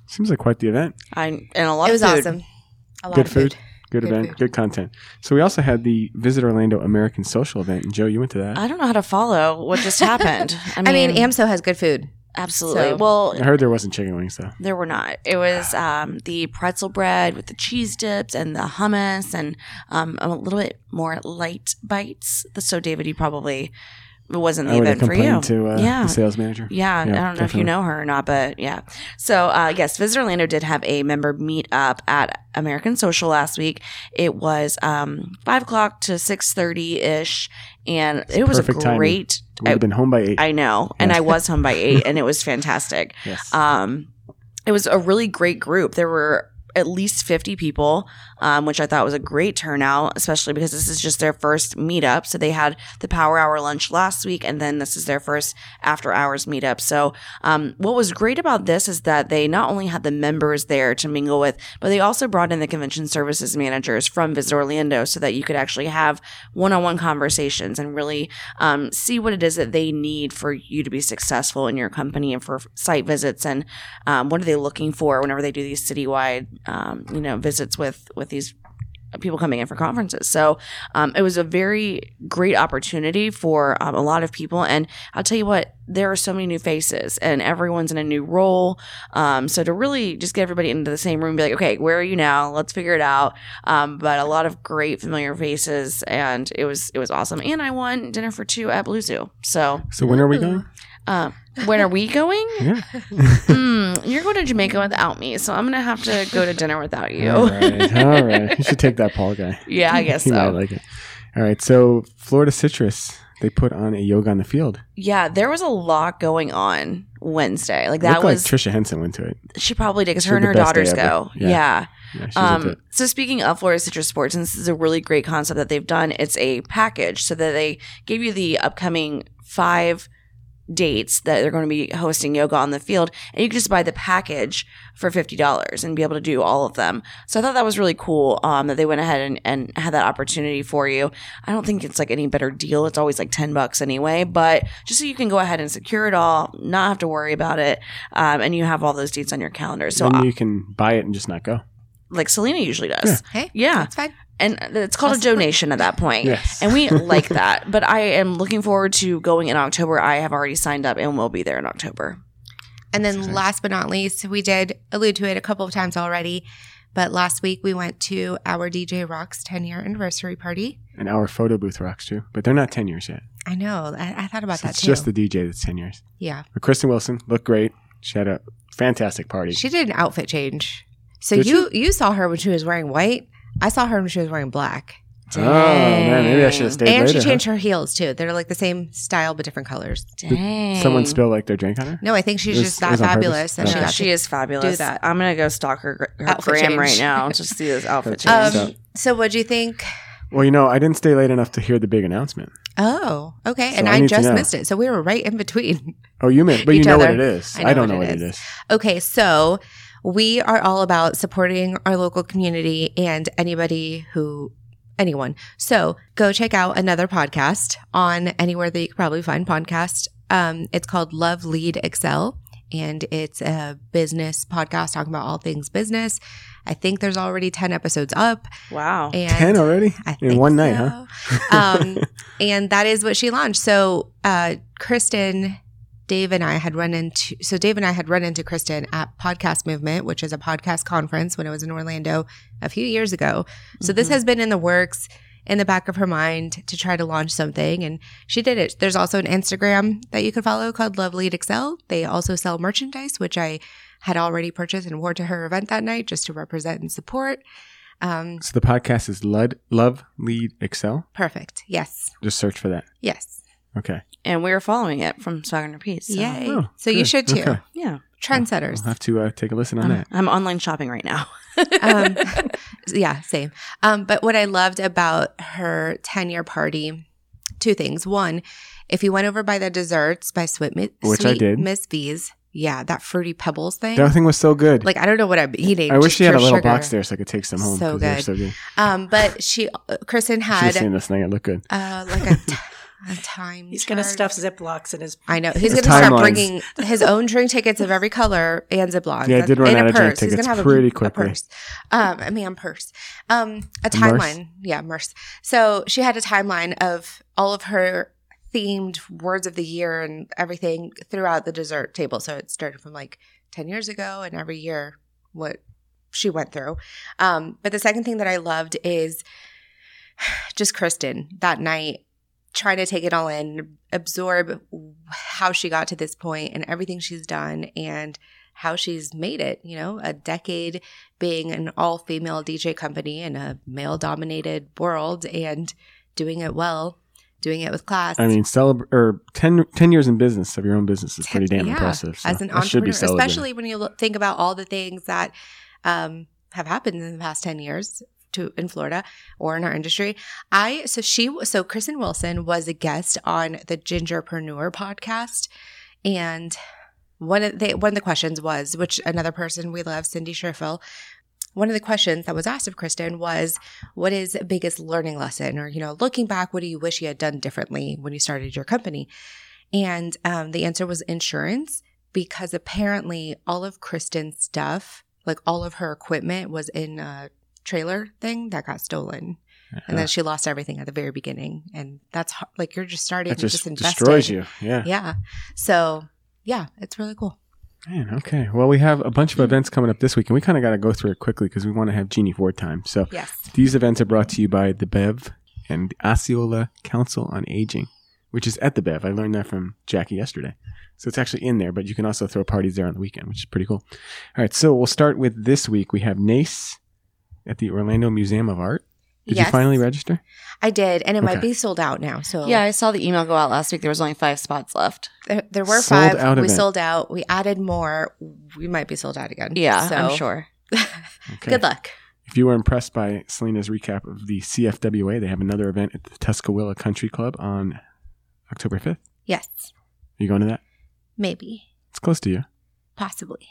S2: Seems like quite the event.
S4: I and a lot
S3: It was
S4: of food.
S3: awesome. A lot
S2: Good
S3: of food.
S2: food. Good,
S3: Good
S2: event.
S3: food.
S2: Good content. So we also had the Visit Orlando American Social event. And Joe, you went to that.
S4: I don't know how to follow what just happened. I
S3: I
S4: mean,
S3: mean, AMSO has good food.
S4: absolutely.
S3: so-
S4: Well,
S2: I heard there wasn't chicken wings though.
S4: There were not. It was um, the pretzel bread with the cheese dips and the hummus and um, a little bit more light bites. So David, you probably it wasn't the
S2: I would have
S4: event for you.
S2: complained to uh,
S4: yeah.
S2: the sales manager.
S4: yeah,
S2: Yeah,
S4: I don't know if
S2: definitely.
S4: you know her or not, but yeah. So uh, yes, Visit Orlando did have a member meet up at American Social last week. It was um, five o'clock to six thirty ish, and it was a
S2: perfect timing.
S4: great.
S2: We'd have been home by eight.
S4: I know, and
S2: Yeah.
S4: I was home by eight, and it was fantastic.
S2: yes.
S4: Um, it was a really great group. There were at least 50 people, um, which I thought was a great turnout, especially because this is just their first meetup. So they had the power hour lunch last week, and then this is their first after hours meetup. So, um, what was great about this is that they not only had the members there to mingle with, but they also brought in the convention services managers from Visit Orlando so that you could actually have one on one conversations and really um, see what it is that they need for you to be successful in your company and for site visits and um, what are they looking for whenever they do these citywide um, you know visits with with these people coming in for conferences so um, it was a very great opportunity for um, a lot of people and i'll tell you what there are so many new faces and everyone's in a new role um, so to really just get everybody into the same room be like okay where are you now let's figure it out um, but a lot of great familiar faces and it was it was awesome and i won dinner for two at blue zoo so
S2: so when are we going?
S4: uh, when are we going
S2: Yeah.
S4: Mm, you're going to Jamaica without me, so I'm gonna have to go to dinner without you.
S2: All right. All right. You should take that Paul guy.
S4: yeah, I guess
S2: he might
S4: so.
S2: like it. All right. So Florida Citrus, they put on a yoga on the field.
S4: yeah, there was a lot going on Wednesday. Like that
S2: Looked
S4: was
S2: like Trisha Henson went to it.
S4: she probably did because
S2: she
S4: her
S2: had
S4: and
S2: the
S4: her
S2: best day
S4: daughters
S2: ever.
S4: go.
S2: Yeah.
S4: yeah.
S2: Yeah, she was at
S4: Um,
S2: the-
S4: so speaking of Florida Citrus Sports, and this is a really great concept that they've done. It's a package so that they give you the upcoming five dates that they're going to be hosting yoga on the field, and you can just buy the package for fifty dollars and be able to do all of them. So I thought that was really cool um, that they went ahead and, and had that opportunity for you. I don't think it's like any better deal. It's always like ten bucks anyway, but just so you can go ahead and secure it all, not have to worry about it, um, and you have all those dates on your calendar. So
S2: and
S4: uh,
S2: you can buy it and just not go.
S4: like Selena usually does.
S3: Hey,
S4: Yeah.
S3: that's fine.
S4: and it's called a donation at that point.
S2: Yes.
S4: And we like that. But I am looking forward to going in October. I have already signed up and will be there in October.
S3: And then
S2: Exciting.
S3: last but not least, we did allude to it a couple of times already, but last week we went to our DJ Rock's 10 year anniversary party.
S2: And our photo booth rocks too, but they're not 10 years yet.
S3: I know. I, I thought about
S2: So
S3: that
S2: it's
S3: too.
S2: just the DJ that's 10 years.
S3: yeah.
S2: But Kristen Wilson looked great. She had a fantastic party.
S3: She did an outfit change. So
S2: Did
S3: you you saw her when she was wearing white. I saw her when she was wearing black.
S2: oh, man, maybe I should have stayed
S3: and
S2: later.
S3: she
S2: huh?
S3: changed her heels too. They're like the same style but different colors.
S4: Dang.
S2: Someone spilled like their drink on her?
S3: No, I think she's
S2: It was-
S3: just
S2: it
S3: that
S2: was on purpose.
S3: fabulous that she
S2: Okay.
S4: No,
S3: got
S4: she
S3: to-
S4: is fabulous.
S3: do that.
S4: I'm gonna go stalk her her
S3: Outfit
S4: gram
S3: change.
S4: right now to see this outfit
S2: Outfit
S4: change.
S2: change.
S3: Um, so what do you think?
S2: Well, you know, I didn't stay late enough to hear the big announcement.
S3: Oh, okay.
S2: So
S3: and
S2: I
S3: I,
S2: need to
S3: just
S2: know.
S3: missed it. So we were right in between.
S2: Oh, you meant, but
S3: Each
S2: you know
S3: other.
S2: what it is.
S3: I know
S2: I, don't
S3: what
S2: know
S3: it
S2: what it
S3: is.
S2: is.
S3: Okay, so we are all about supporting our local community and anybody who anyone. So go check out another podcast on anywhere that you can probably find podcast. Um, it's called Love Lead Excel, and it's a business podcast talking about all things business. I think there's already ten episodes up,
S4: Wow.
S3: and
S2: 10 already?
S3: I think
S2: In one night,
S3: so.
S2: huh?
S3: um, and that is what she launched. So uh, Kristen, Dave, and I had run into. So Dave and I had run into Kristen at Podcast Movement, which is a podcast conference when I was in Orlando a few years ago. So this
S2: Mm-hmm.
S4: Mhm.
S3: has been in the works, in the back of her mind to try to launch something, and she did it. There's also an Instagram that you can follow called Love Lead Excel. They also sell merchandise, which I had already purchased and wore to her event that night just to represent and support. Um,
S2: So the podcast is Lud, Love, Lead, Excel.
S3: perfect. Yes.
S2: Just search for that.
S3: Yes.
S2: Okay.
S4: and we are following it from Swag and Repeat. So.
S3: Yay.
S2: Oh,
S3: so you
S2: good.
S3: should too.
S2: Okay.
S4: Yeah.
S3: Trendsetters.
S2: I'll have to uh, take a listen on
S3: Uh-huh.
S4: I'm,
S2: that.
S4: I'm online shopping right now.
S3: um, yeah, same. Um, but what I loved about her 10 year party, two things. One, if you went over by the desserts by Sweet, Mi-
S2: Which I
S3: Sweet
S2: did.
S3: Miss V's, yeah, that fruity pebbles thing.
S2: That thing was so good.
S3: Like, I don't know what I'm eating.
S2: I wish
S3: just
S2: she had a
S3: for
S2: little
S3: sugar.
S2: box there so I could take some home.
S3: So
S2: 'cause they were
S3: good.
S2: So good.
S3: Um, but she, Kristen
S2: She's
S3: had
S2: seen this thing. It looked good.
S3: uh, like a, t- a time.
S5: He's going to
S3: chart.
S5: stuff Ziplocs in his.
S3: I know he's going to
S2: Timelines.
S3: start bringing his own drink tickets of every color and Ziplocs.
S2: Yeah, I
S3: That's-
S2: did run
S3: and a
S2: out of drink
S3: purse. He's
S2: tickets
S3: gonna have a-
S2: pretty
S3: a
S2: quickly.
S3: purse. Um, a man purse. Um, a
S2: Merce?
S3: timeline. Yeah, merce. So she had a timeline of all of her themed words of the year and everything throughout the dessert table. So it started from like ten years ago, and every year what she went through. Um, but the second thing that I loved is just Kristen that night trying to take it all in, absorb how she got to this point and everything she's done and how she's made it, you know, a decade being an all female DJ company in a male dominated world and doing it well, doing it with class.
S2: I mean, celeb- or 10, 10 years in business of your own business is pretty damn
S3: Yeah,
S2: impressive. so
S3: as an
S2: that should
S3: entrepreneur,
S2: be celebrated.
S3: especially when you look, think about all the things that um, have happened in the past 10 years to in Florida or in our industry. I so she so Kristen Wilson was a guest on the Gingerpreneur podcast and one of the one of the questions was which another person we love Cindy Sherfill one of the questions that was asked of Kristen was what is the biggest learning lesson or you know looking back what do you wish you had done differently when you started your company and um, the answer was insurance because apparently all of Kristen's stuff, like all of her equipment, was in a trailer thing that got stolen. And
S2: Uh-huh.
S3: then she lost everything at the very beginning. And that's ho- like you're just starting
S2: that
S3: to just
S2: just
S3: investing.
S2: destroys you. Yeah.
S3: Yeah. So, yeah, it's really cool.
S2: Man, okay. Well, we have a bunch of events coming up this week, and we kind of got to go through it quickly because we want to have Jeannie Ford time. So
S3: Yes.
S2: these events are brought to you by the Bev and the Osceola Council on Aging, which is at the Bev. I learned that from Jackie yesterday. So it's actually in there, but you can also throw parties there on the weekend, which is pretty cool. All right, so we'll start with this week. We have NACE at the Orlando Museum of Art. Did
S3: Yes.
S2: you finally register?
S3: I did. And it might
S2: Okay.
S3: be sold out now. So,
S4: Yeah, I saw the email go out last week. There was only five spots left.
S3: there, there were
S2: Sold
S3: five.
S2: out
S3: we
S2: event.
S3: sold out. We added more. We might be sold out again.
S4: Yeah,
S3: So,
S4: I'm sure.
S2: Okay.
S3: good luck.
S2: If you were impressed by Selena's recap of the CFWA, they have another event at the Tuscaloosa Country Club on October 5th. Are
S3: Yes.
S2: you going to that?
S3: Maybe.
S2: It's close to you,
S3: Possibly.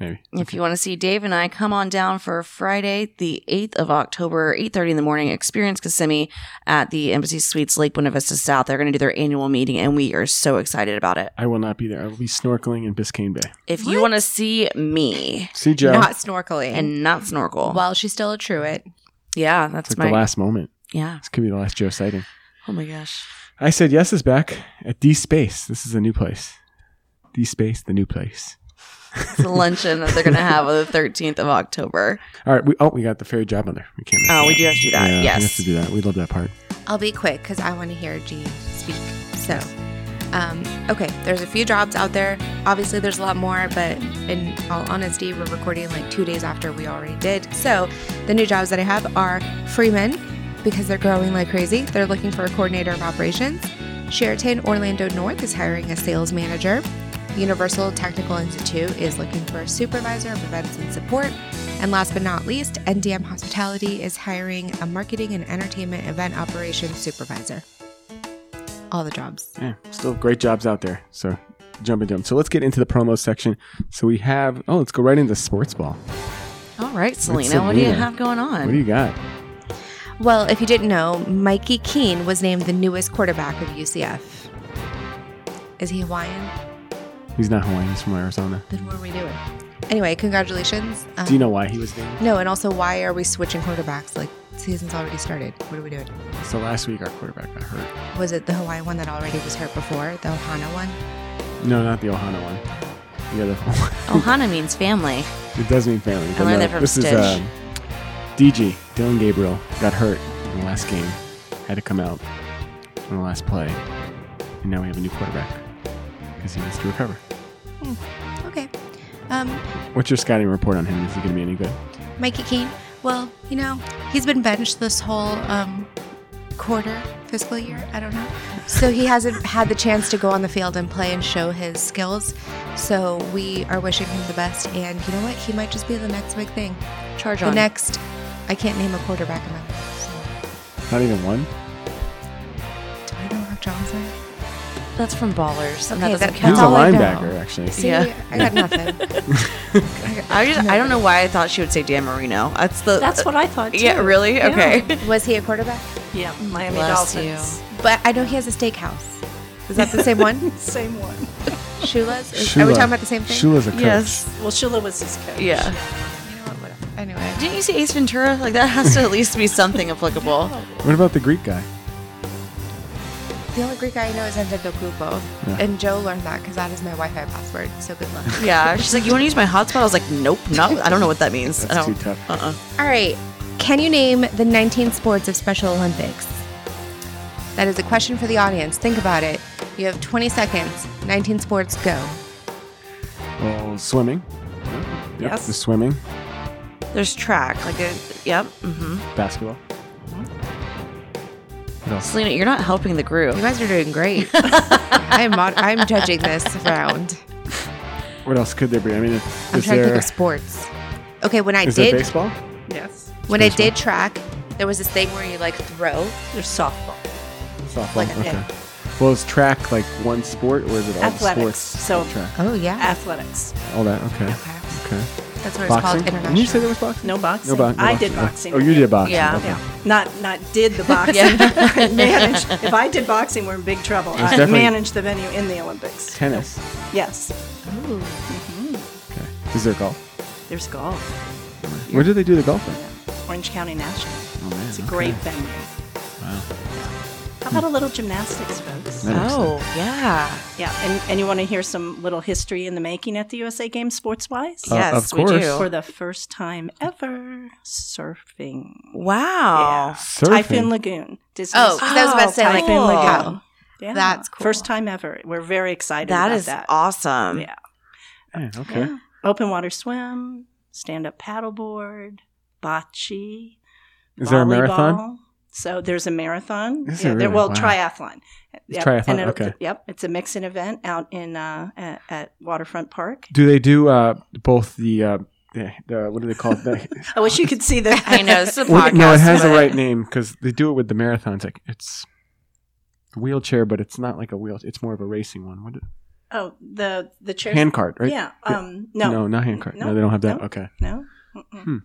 S2: maybe.
S4: If you want to see Dave and I, come on down for Friday, the eighth of October, eight thirty in the morning. Experience Kissimmee at the Embassy Suites, Lake Buena Vista South. They're going to do their annual meeting, and we are so excited about it.
S2: I will not be there. I will be snorkeling in Biscayne Bay.
S4: If you want to see me
S2: See Joe.
S3: Not snorkeling.
S4: and not snorkel,
S3: Well, she's still a truant.
S4: Yeah, that's
S2: It's like
S4: my
S2: the last moment.
S4: yeah.
S2: This could be the last Joe sighting.
S4: Oh my gosh.
S2: I said yes is back at D Space. This is a new place. D Space, the new place.
S4: It's a luncheon that they're gonna have on the 13th of October.
S2: All right. We, oh, we got the fairy job on there. We can't. Miss
S4: Oh,
S2: that.
S4: we do have to do that.
S2: Yeah, we have
S4: yes.
S2: to do that. We love that part.
S3: I'll be quick because I want to hear Gene speak. So, um, okay, there's a few jobs out there. Obviously, there's a lot more, but in all honesty, we're recording like two days after we already did. So, the new jobs that I have are Freeman, because they're growing like crazy. They're looking for a coordinator of operations. Sheraton Orlando North is hiring a sales manager. Universal Technical Institute is looking for a supervisor of events and support. And last but not least, NDM Hospitality is hiring a marketing and entertainment event operations supervisor. All the jobs.
S2: Yeah, still great jobs out there. So jump and jump. So let's get into the promo section. So we have. Oh, let's go right into sports ball.
S4: All right, Selena,
S2: Selena.
S4: what do you have going on?
S2: What do you got?
S3: Well, if you didn't know, Mikey Keene was named the newest quarterback of UCF. Is he Hawaiian?
S2: He's not Hawaiian. He's from Arizona.
S3: Then what are we doing? Anyway, congratulations. Um,
S2: Do you know why he was named?
S3: No, and also, why are we switching quarterbacks? Like, season's already started. What are we doing?
S2: So last week our quarterback got hurt.
S3: Was it the Hawaii one that already was hurt before? The Ohana one?
S2: No, not the Ohana one. The other one.
S4: Ohana means family.
S2: It does mean family. but
S4: learned that from
S2: this
S4: Stitch.
S2: is um, DG Dylan Gabriel got hurt in the last game, had to come out in the last play, and now we have a new quarterback because he needs to recover.
S3: Okay. Um,
S2: What's your scouting report on him? Is he going to be any good?
S3: Mikey Keene. Well, you know, he's been benched this whole um, quarter fiscal year. I don't know. So he hasn't had the chance to go on the field and play and show his skills. So we are wishing him the best. And you know what? He might just be the next big thing.
S4: Charge
S3: The
S4: on.
S3: next, I can't name a quarterback in my life.
S2: Not even one.
S3: So do I know Mark Johnson?
S4: That's from Ballers. and
S3: Okay,
S2: He
S3: that-
S4: that doesn't
S2: was
S3: that's
S2: a
S4: count.
S3: all I know.
S2: linebacker, actually.
S3: See,
S4: Yeah.
S3: I got nothing.
S4: I just I don't know why I thought she would say Dan Marino. That's the uh,
S5: That's what I thought. Too.
S4: Yeah, really?
S5: Yeah.
S4: Okay.
S3: Was he a quarterback?
S5: Yeah, Miami
S4: Bless
S5: Dolphins.
S3: But I know he has a steakhouse. Is that the same one?
S5: Same one.
S3: Shula's? Is- Are we
S2: Shula.
S3: talking about the same thing?
S2: Shula's a coach.
S4: Yes.
S5: Well, Shula was his coach.
S4: Yeah.
S3: You know what, whatever. Anyway.
S4: Didn't you see Ace Ventura? Like that has to at least be something applicable.
S2: What about the Greek guy?
S3: The only Greek I know is Enzo Kupo, and Joe learned that because that is my Wi-Fi password. So good luck.
S4: Yeah. She's like, You wanna use my hotspot? I was like, Nope, not I don't know what that means. I
S2: That's
S3: Oh.
S4: don't
S2: too tough.
S4: uh uh
S3: All right, can you name the 19 sports of Special Olympics? That is a question for the audience. Think about it. You have 20 seconds. 19 sports go.
S2: Well, Oh, swimming. Yep,
S5: Yes.
S2: The swimming,
S4: There's track. Like a yep. Mm-hmm.
S2: basketball. What else?
S4: Selena, you're not helping the
S3: You
S4: group.
S3: guys are doing great. I'm mod- I'm judging this round.
S2: What else could there be? I mean, is,
S3: I'm
S2: is
S3: trying to
S2: there
S3: think of sports. Okay, when I
S2: is there
S3: did
S2: baseball?
S5: Yes.
S3: when I
S2: baseball?
S3: did track, there was this thing where you like throw.
S5: There's softball.
S2: Softball.
S3: Like,
S2: okay.
S3: yeah.
S2: Well, is track like one sport, or is it all the sports?
S5: Athletics. So-
S2: track,
S3: Oh yeah,
S5: Athletics.
S2: all that. Okay.
S3: Okay.
S2: Okay.
S3: that's what it's
S2: Boxing.
S3: called.
S2: Did you say
S3: International.
S2: there was boxing?
S5: No boxing.
S2: No boxing.
S5: I did boxing.
S2: Oh, you did boxing.
S4: Yeah.
S2: Okay.
S5: Yeah. Not not did the boxing. manage. If I did boxing, we're in big trouble.
S2: It's
S5: I
S2: definitely-
S5: managed the venue in the Olympics.
S2: Tennis.
S5: Yes.
S3: Ooh.
S2: Okay. Is there golf?
S5: There's golf.
S2: Where do they do the golf at?
S5: Orange County National.
S2: Oh, man,
S5: it's a
S2: okay.
S5: great venue.
S2: Wow.
S5: How about a little gymnastics, folks?
S2: Nice.
S4: Oh, yeah.
S5: Yeah, and, and you want to hear some little history in the making at the USA Games sports wise?
S2: Uh,
S4: yes,
S2: of
S4: we
S2: course.
S4: do.
S5: For the first time ever, surfing.
S4: Wow.
S2: Surfing.
S5: Typhoon Lagoon. Disney's
S3: Oh, 'cause I was about to say, like,
S5: Typhoon
S4: cool.
S5: Lagoon. Yeah.
S3: That's cool.
S5: First time ever. We're very excited
S4: That
S5: about
S4: is
S5: that.
S4: awesome.
S5: Yeah.
S2: Yeah, okay.
S5: Yeah. Open water swim, stand up paddleboard, bocce.
S2: Is there a marathon?
S5: volleyball. So there's a marathon.
S2: Is
S5: yeah,
S2: there
S5: there,
S2: really?
S5: well,
S2: Wow.
S5: triathlon.
S2: triathlon,
S5: and it'll-
S2: okay.
S5: Yep, it's a mixing event out in uh, at, at Waterfront Park.
S2: Do they do uh, both the, uh, the the what do they call it? The-
S5: I wish you could see the.
S4: I know it's a
S2: Well,
S4: podcast.
S2: no, it has the
S4: but-
S2: right name because they do it with the marathons. Like it's a wheelchair, but it's not like a wheel. It's more of a racing one. What?
S5: Oh, the the chair.
S2: Handcart, right?
S5: Yeah. Um. No.
S2: No, not handcart. No,
S5: No,
S2: they don't have that.
S5: no.
S2: Okay.
S5: No? Mm-mm.
S2: Hmm.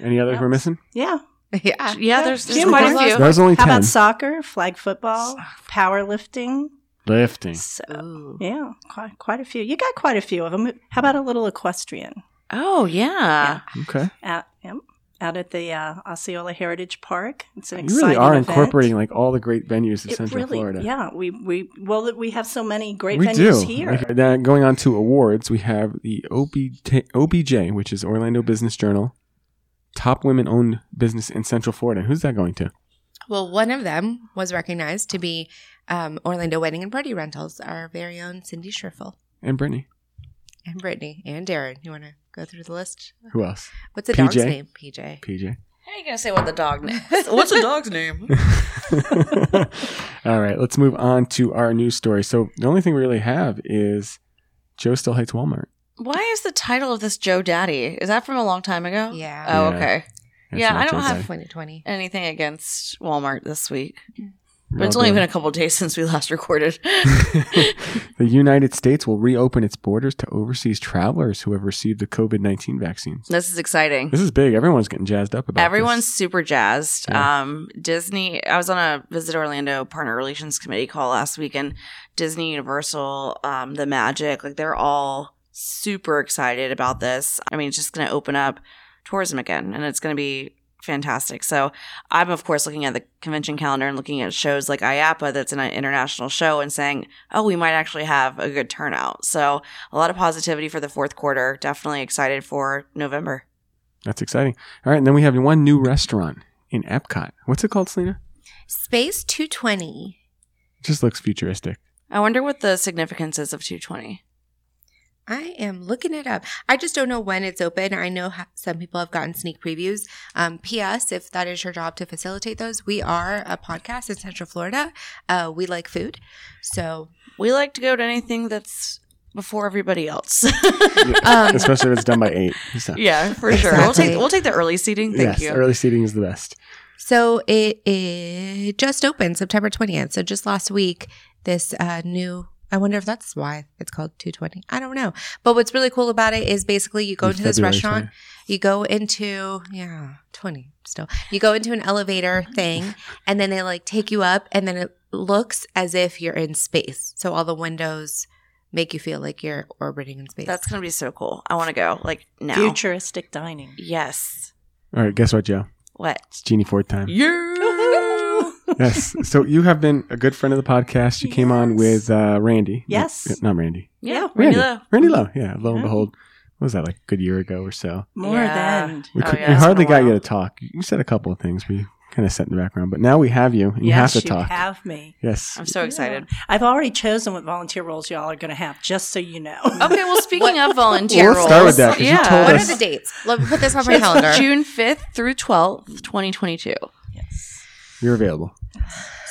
S2: Any others we're missing?
S5: Yeah.
S3: Yeah.
S4: Yeah, there's,
S5: You
S4: there's
S5: might
S4: quite
S5: as
S4: a
S5: well-
S4: few.
S2: That was only
S5: How
S2: ten.
S5: about soccer, flag football, powerlifting?
S2: Lifting.
S5: So,
S3: Ooh.
S5: yeah, quite, quite a few. You got quite a few of them. How about a little equestrian?
S4: Oh yeah.
S2: Okay.
S5: At, yep. out at the uh, Osceola Heritage Park. It's an
S2: You
S5: exciting
S2: really are
S5: event.
S2: incorporating like all the great venues of
S5: it
S2: Central
S5: really,
S2: Florida.
S5: Yeah, we, we well we have so many great
S2: we do.
S5: venues here.
S2: Like, now going on to awards, we have the OBJ, OBJ, which is Orlando Business Journal, top women-owned business in Central Florida. Who's that going to?
S3: Well, one of them was recognized to be um, Orlando Wedding and Party Rentals, our very own Cindy Schriffel
S2: And Brittany.
S3: and Brittany and Darren. You want to go through the list?
S2: Who else?
S3: What's the
S2: PJ?
S3: dog's name? PJ.
S2: PJ.
S4: How are you gonna say what the dog name? What's the dog's name?
S2: all right, let's move on to our news story. So the only thing we really have is Joe still hates Walmart.
S4: Why is the title of this Joe Daddy? Is that from a long time ago?
S3: Yeah.
S4: Oh,
S2: Yeah.
S4: okay.
S2: That's
S4: Yeah,
S2: not
S4: I don't
S2: Joe's
S3: Ah,
S4: have-
S2: idea.
S3: 2020.
S4: Anything against Walmart this week? But
S2: Well
S4: it's only
S2: done.
S4: been a couple days since we last recorded.
S2: the United States will reopen its borders to overseas travelers who have received the COVID 19 vaccines.
S4: this is exciting.
S2: This is big. Everyone's getting jazzed up about this.
S4: Everyone's super jazzed.
S2: Yeah.
S4: Um, Disney. I was on a Visit Orlando Partner Relations Committee call last week, and Disney, Universal, um, the Magic, like they're all super excited about this. I mean, it's just going to open up tourism again, and it's going to be fantastic. So I'm of course looking at the convention calendar and looking at shows like IAPA, that's an international show, and saying, oh, we might actually have a good turnout. So a lot of positivity for the fourth quarter. Definitely excited for November.
S2: That's exciting. All right. And then we have one new restaurant in Epcot. What's it called, Selena?
S3: Space 220.
S2: It just looks futuristic.
S4: I wonder what the significance is of 220.
S3: I am looking it up. I just don't know when it's open. I know ha- some people have gotten sneak previews. Um, P.S. If that is your job to facilitate those, we are a podcast in Central Florida. Uh, we like food. So,
S4: We like to go to anything that's before everybody else.
S3: um,
S2: Especially if it's done by eight. So-
S4: yeah, for sure. We'll
S3: Exactly.
S4: take we'll take the early seating. Thank
S2: yes.
S4: you.
S2: Early seating is the best.
S3: So it, it just opened September 20th. So just last week, this uh, new, I wonder if that's why it's called 220. I don't know. But what's really cool about it is basically you go
S2: In
S3: into this
S2: February,
S3: restaurant, you go into, yeah, 20 still. You go into an elevator thing and then they like take you up and then it looks as if you're in space. So all the windows make you feel like you're orbiting in space.
S4: That's gonna be so cool. I want to go like now.
S5: Futuristic dining.
S4: Yes.
S2: All right. Guess what, Joe?
S4: What?
S2: It's Genie Ford time.
S4: You.
S2: yes. So you have been a good friend of the podcast. You came on
S5: Yes.
S2: with uh, Randy.
S5: Yes.
S2: No, not Randy.
S4: Yeah.
S2: Randy.
S4: Randy Lowe.
S2: Randy Lowe. Yeah. Lo and
S5: Yeah.
S2: behold, what was that like a good year ago or so?
S5: More
S4: Yeah.
S5: than
S2: We,
S4: Oh,
S2: cou-
S4: yeah,
S2: we
S4: it's
S2: hardly
S4: been a
S2: got you to
S4: while.
S2: talk. You said a couple of things. We kind of sat in the background, but now we have you. And you
S5: yes,
S2: have to
S5: you
S2: talk.
S5: have Um, me.
S2: yes.
S4: I'm so excited.
S5: Yeah. I've already chosen what volunteer roles y'all are going to have, just so you know.
S4: Okay. Well, speaking of volunteer
S2: Well, let's start with
S4: roles,
S2: that, 'cause you
S4: yeah.
S2: told
S3: what
S2: us-
S3: are the dates? Let me put this on my calendar.
S4: June 5th through 12th, 2022.
S5: yes.
S2: You're available.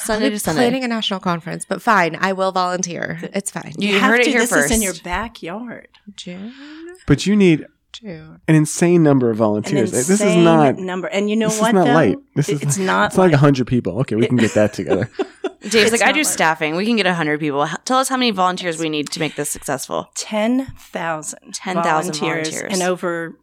S4: Sunday
S3: We're
S4: to Sunday.
S3: planning a national conference, but fine, I will volunteer. It's fine.
S4: you
S5: have
S4: heard it
S5: to,
S4: here
S5: this
S4: first.
S5: is in your backyard.
S3: June,
S2: But you need
S3: June.
S2: an insane number of
S5: An
S2: volunteers. Like, this is
S5: insane
S2: not.
S5: number. And you know
S2: this
S5: what?
S2: is not
S5: though?
S2: light. This
S5: It-
S2: is
S5: it's not.
S2: It's like
S5: light.
S2: hundred people. Okay, we can get that together.
S4: Dave's like, I
S5: not
S4: do
S5: large.
S4: staffing. We can get 100 people. H- Tell us how many volunteers we need to make this successful.
S5: 10,000
S4: 10,000 volunteers.
S5: and over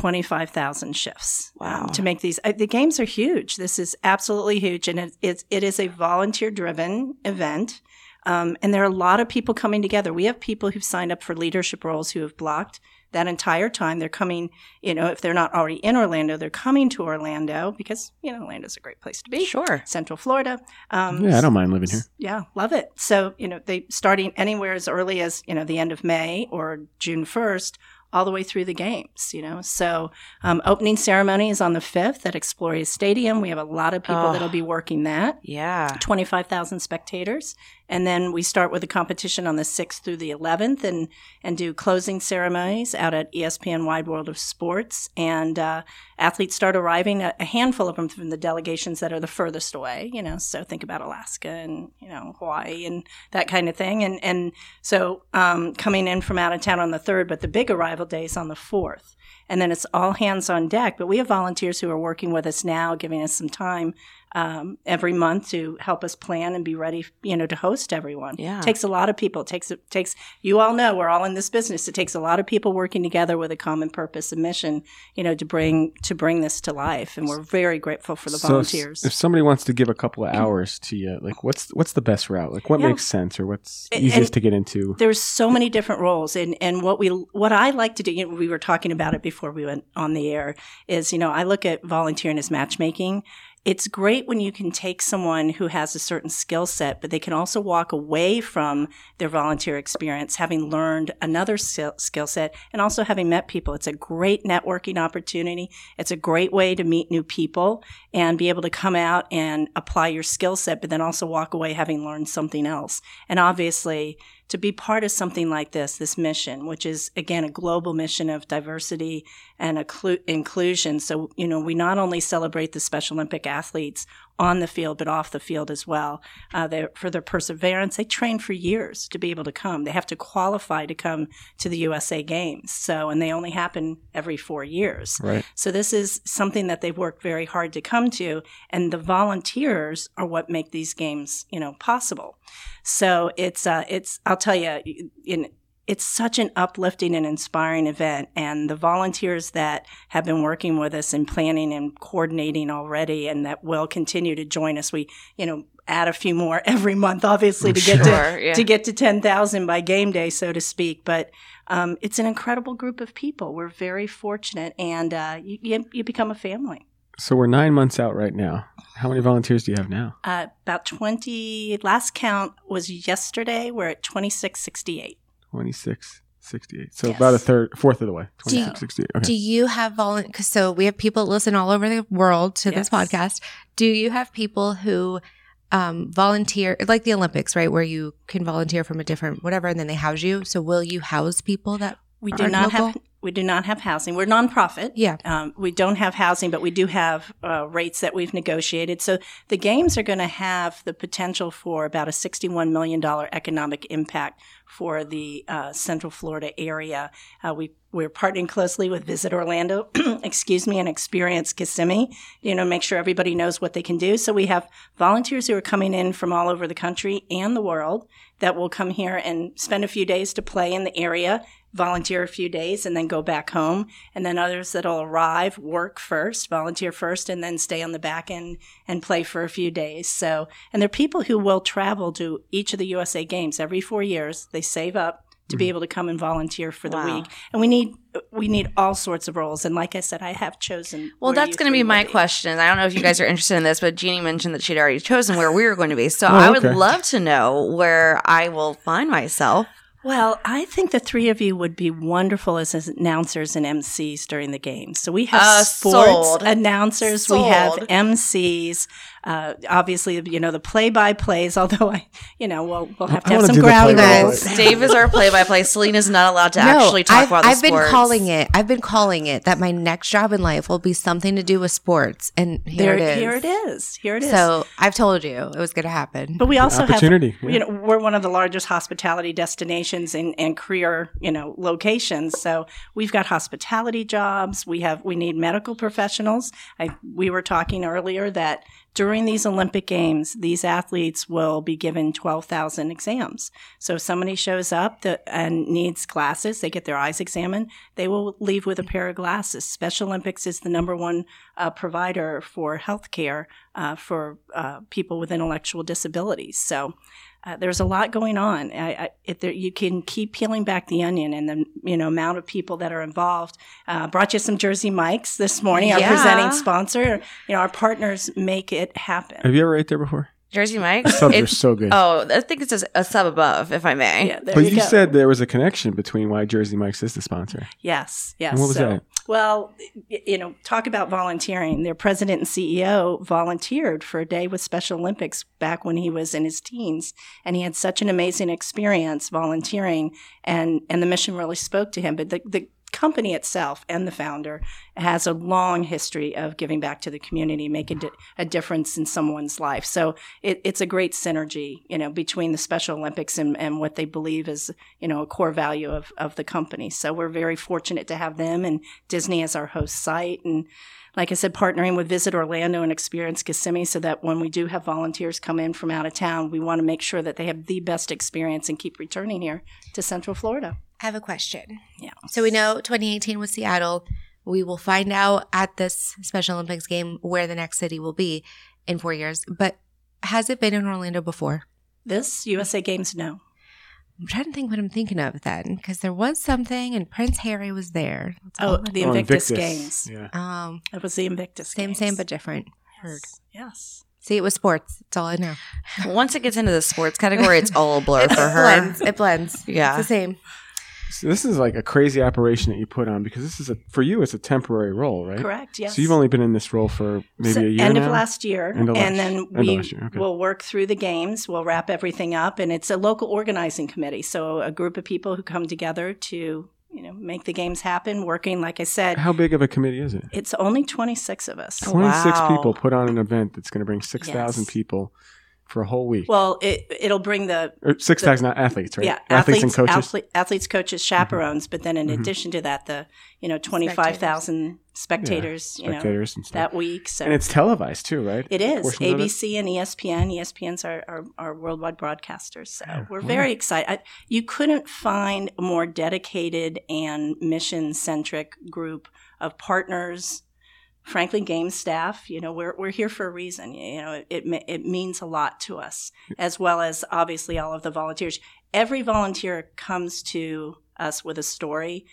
S5: 25,000 shifts.
S4: Wow.
S5: to make these, I, the games are huge. This is absolutely huge. And it, it's it is a volunteer driven event. Um, and there are a lot of people coming together. We have people who've signed up for leadership roles who have blocked that entire time. They're coming, you know, if they're not already in Orlando, they're coming to Orlando because, you know, Orlando's a great place to be.
S4: Sure.
S5: Central Florida. Um,
S2: yeah, I don't mind living here.
S5: yeah, love it. So, you know, they starting anywhere as early as, you know, the end of May or June 1st, all the way through the games, you know. So, um, opening ceremony is on the 5th at Exploria Stadium. We have a lot of people
S4: Oh.
S5: that'll be working that.
S4: Yeah.
S5: 25,000 spectators. And then we start with a competition on the 6th through the 11th and, and do closing ceremonies out at E ESPN Wide World of Sports. And uh, athletes start arriving, a, a handful of them from the delegations that are the furthest away, you know, so think about Alaska and, you know, Hawaii and that kind of thing. And, and so um, coming in from out of town on the 3rd, but the big arrival day is on the 4th. And then it's all hands on deck, but we have volunteers who are working with us now, giving us some time um, every month to help us plan and be ready, you know, to host everyone.
S4: Yeah.
S5: takes a lot of people. It takes it takes you all know we're all in this business. It takes a lot of people working together with a common purpose and mission, you know, to bring to bring this to life. And we're very grateful for the
S2: So if-
S5: volunteers.
S2: If, somebody wants to give a couple of hours to you, like what's what's the best route? Like what
S5: Yeah.
S2: makes sense or what's
S5: And-
S2: easiest
S5: and
S2: to get into?
S5: There's so many different roles, and and what we what I like to do. You know, we were talking about it before we went on the air is, you know, I look at volunteering as matchmaking. It's great when you can take someone who has a certain skill set, but they can also walk away from their volunteer experience having learned another skill skill set and also having met people. It's a great networking opportunity. It's a great way to meet new people and be able to come out and apply your skill set, but then also walk away having learned something else. And obviously, to be part of something like this, this mission, which is again a global mission of diversity and occlu- inclusion. So, you know, we not only celebrate the Special Olympic athletes on the field, but off the field as well. Uh, they're- for their perseverance, they train for years to be able to come. They have to qualify to come to the USA Games. So, and they only happen every four years.
S2: Right.
S5: So this is something that they've worked very hard to come to, and the volunteers are what make these games, you know, possible. So it's uh, it's I'll tell you, in, it's such an uplifting and inspiring event, and the volunteers that have been working with us and planning and coordinating already, and that will continue to join us. We, you know. Add a few more every month, obviously, to get to
S4: Sure, yeah.
S5: to get to 10,000 by game day, so to speak. But um, it's an incredible group of people. We're very fortunate, and uh, you, you, you become a family.
S2: So we're nine months out right now. How many volunteers do you have now?
S5: Uh, about 20, last count was yesterday. We're at 2668.
S2: 26, 68. So
S5: Yes.
S2: about a third, fourth of the way.
S3: Do you-
S2: 26, 68. Okay.
S3: Do you have volunteers? So we have people that listen all over the world to
S5: Yes.
S3: this podcast. Do you have people who um, volunteer, like the Olympics, right, where you can volunteer from a different whatever, and then they house you? So will you house people that?
S5: We do
S3: Our
S5: not have
S3: local?
S5: we do not have housing. We're nonprofit.
S3: Yeah.
S5: Um, we don't have housing, but we do have uh, rates that we've negotiated. So the games are going to have the potential for about a $61 million economic impact for the uh, Central Florida area. Uh, we we're partnering closely with Visit Orlando, excuse me, and Experience Kissimmee. You know, make sure everybody knows what they can do. So we have volunteers who are coming in from all over the country and the world that will come here and spend a few days to play in the area, volunteer a few days, and then go back home. And then others that'll arrive, work first, volunteer first, and then stay on the back end and play for a few days. So, and they're people who will travel to each of the USA games every four years. They save up to be able to come and volunteer for the
S4: Mm-hmm. Wow.
S5: week and we need we need all sorts of roles. And like I said, I have chosen.
S4: Well,
S5: where
S4: that's
S5: you
S4: going to
S5: three
S4: be
S5: will
S4: my question. I don't know if you guys are interested in this, but Jeannie mentioned that she'd already chosen where we were going to be. So
S2: Oh,
S4: I would
S2: okay.
S4: love to know where I will find myself.
S5: Well, I think the three of you would be wonderful as announcers and MCs during the game. So we have
S4: Uh,
S5: sports
S4: sold.
S5: announcers, we have
S4: Sold.
S5: MCs. Uh, obviously, you know the play-by-plays. Although I, you know, we'll we'll have
S2: I
S5: to have
S2: wanna
S5: some
S2: do the
S5: ground
S2: play-by-play.
S5: rules.
S4: Dave is our play-by-play. Selena's not allowed to actually talk
S3: I've,
S4: about the
S3: I've been
S4: sports.
S3: calling it. I've been calling it that my next job in life will be something to do with sports, and here
S5: There,
S3: it is.
S5: here it is. Here it is.
S3: So I've told you it was going to happen.
S5: But we also
S2: opportunity,
S5: have,
S2: yeah.
S5: you know, we're one of the largest hospitality destinations and, and career, you know, locations. So we've got hospitality jobs. We have, we need medical professionals. I, we were talking earlier that during these Olympic Games, these athletes will be given 12,000 exams. So if somebody shows up that, and needs glasses, they get their eyes examined, they will leave with a pair of glasses. Special Olympics is the number one uh, provider for healthcare uh, for uh, people with intellectual disabilities. So uh, there's a lot going on. I, I, if there, you can keep peeling back the onion and the you know amount of people that are involved. Uh, brought you some Jersey Mike's this morning, our
S4: Yeah.
S5: presenting sponsor. You know our partners make it happen.
S2: have you ever ate there before?
S4: Jersey Mike.
S2: Subs are
S4: It's-
S2: so good.
S4: oh, I think it's a, a sub above, if I may.
S5: yeah, there
S2: but
S5: you,
S2: you
S5: go.
S2: said there was a connection between why Jersey Mike's is the sponsor.
S5: yes, yes.
S2: And what was
S5: so-
S2: that?
S5: Well, y- you know, talk about volunteering. Their president and CEO volunteered for a day with Special Olympics back when he was in his teens, and he had such an amazing experience volunteering, and and the mission really spoke to him. But the the company itself and the founder has a long history of giving back to the community, making di- a difference in someone's life. So it, it's a great synergy, you know, between the Special Olympics and, and what they believe is, you know, a core value of, of the company. So we're very fortunate to have them and Disney as our host site. And like I said, partnering with Visit Orlando and Experience Kissimmee so that when we do have volunteers come in from out of town, we want to make sure that they have the best experience and keep returning here to Central Florida.
S3: I have a question.
S5: Yeah.
S3: So we know 2018 was Seattle. We will find out at this Special Olympics game where the next city will be in four years. But has it been in Orlando before?
S5: This USA Games, no.
S3: I'm trying to think what I'm thinking of then, because there was something, and Prince Harry was there. That's all
S5: Oh,
S3: I know.
S5: the
S2: Oh,
S5: Invictus,
S2: Invictus.
S5: Games.
S2: Yeah.
S3: um,
S5: That was the Invictus
S3: same,
S5: Games.
S3: same, but different. Heard.
S5: Yes.
S3: See, it was sports. That's all I know.
S4: Once it gets into the sports category, it's all a blur
S3: it
S4: Oh, for her.
S3: blends. It blends.
S4: Yeah.
S3: it's the same.
S2: So this is like a crazy operation that you put on because this is a for you it's a temporary role, right?
S5: Correct. Yes.
S2: So you've only been in this role for maybe
S5: So
S2: a year
S5: end
S2: now?
S5: of last year,
S2: End of last-
S5: and then
S2: of
S5: we
S2: last year, okay.
S5: will work through the games. We'll wrap everything up, and it's a local organizing committee, so a group of people who come together to you know make the games happen. Working, like I said,
S2: How big of a committee is it?
S5: it's only twenty six of us.
S4: Oh,
S2: 26
S4: wow.
S2: people put on an event that's going to bring 6,000
S5: Yes.
S2: people for a whole week.
S5: Well, it it'll bring the
S2: or 6,000 not athletes, right?
S5: yeah
S2: athletes, and coaches. Mm-hmm.
S5: athlete- athletes, coaches, chaperones, but then in
S2: Mhm.
S5: addition to that, the you know twenty five thousand spectators, you know
S2: spectators and stuff.
S5: that week. So
S2: and it's televised too, right?
S5: It is
S2: Portions of it?
S5: ABC and E ESPN. ESPN's our, our, our worldwide broadcasters, so
S2: Yeah.
S5: we're
S2: Wow.
S5: very excited. I, you couldn't find a more dedicated and mission centric group of partners. Frankly, game staff. You know, we're we're here for a reason. You know, it it, me- it means a lot to us, as well as obviously all of the volunteers. Every volunteer comes to us with a story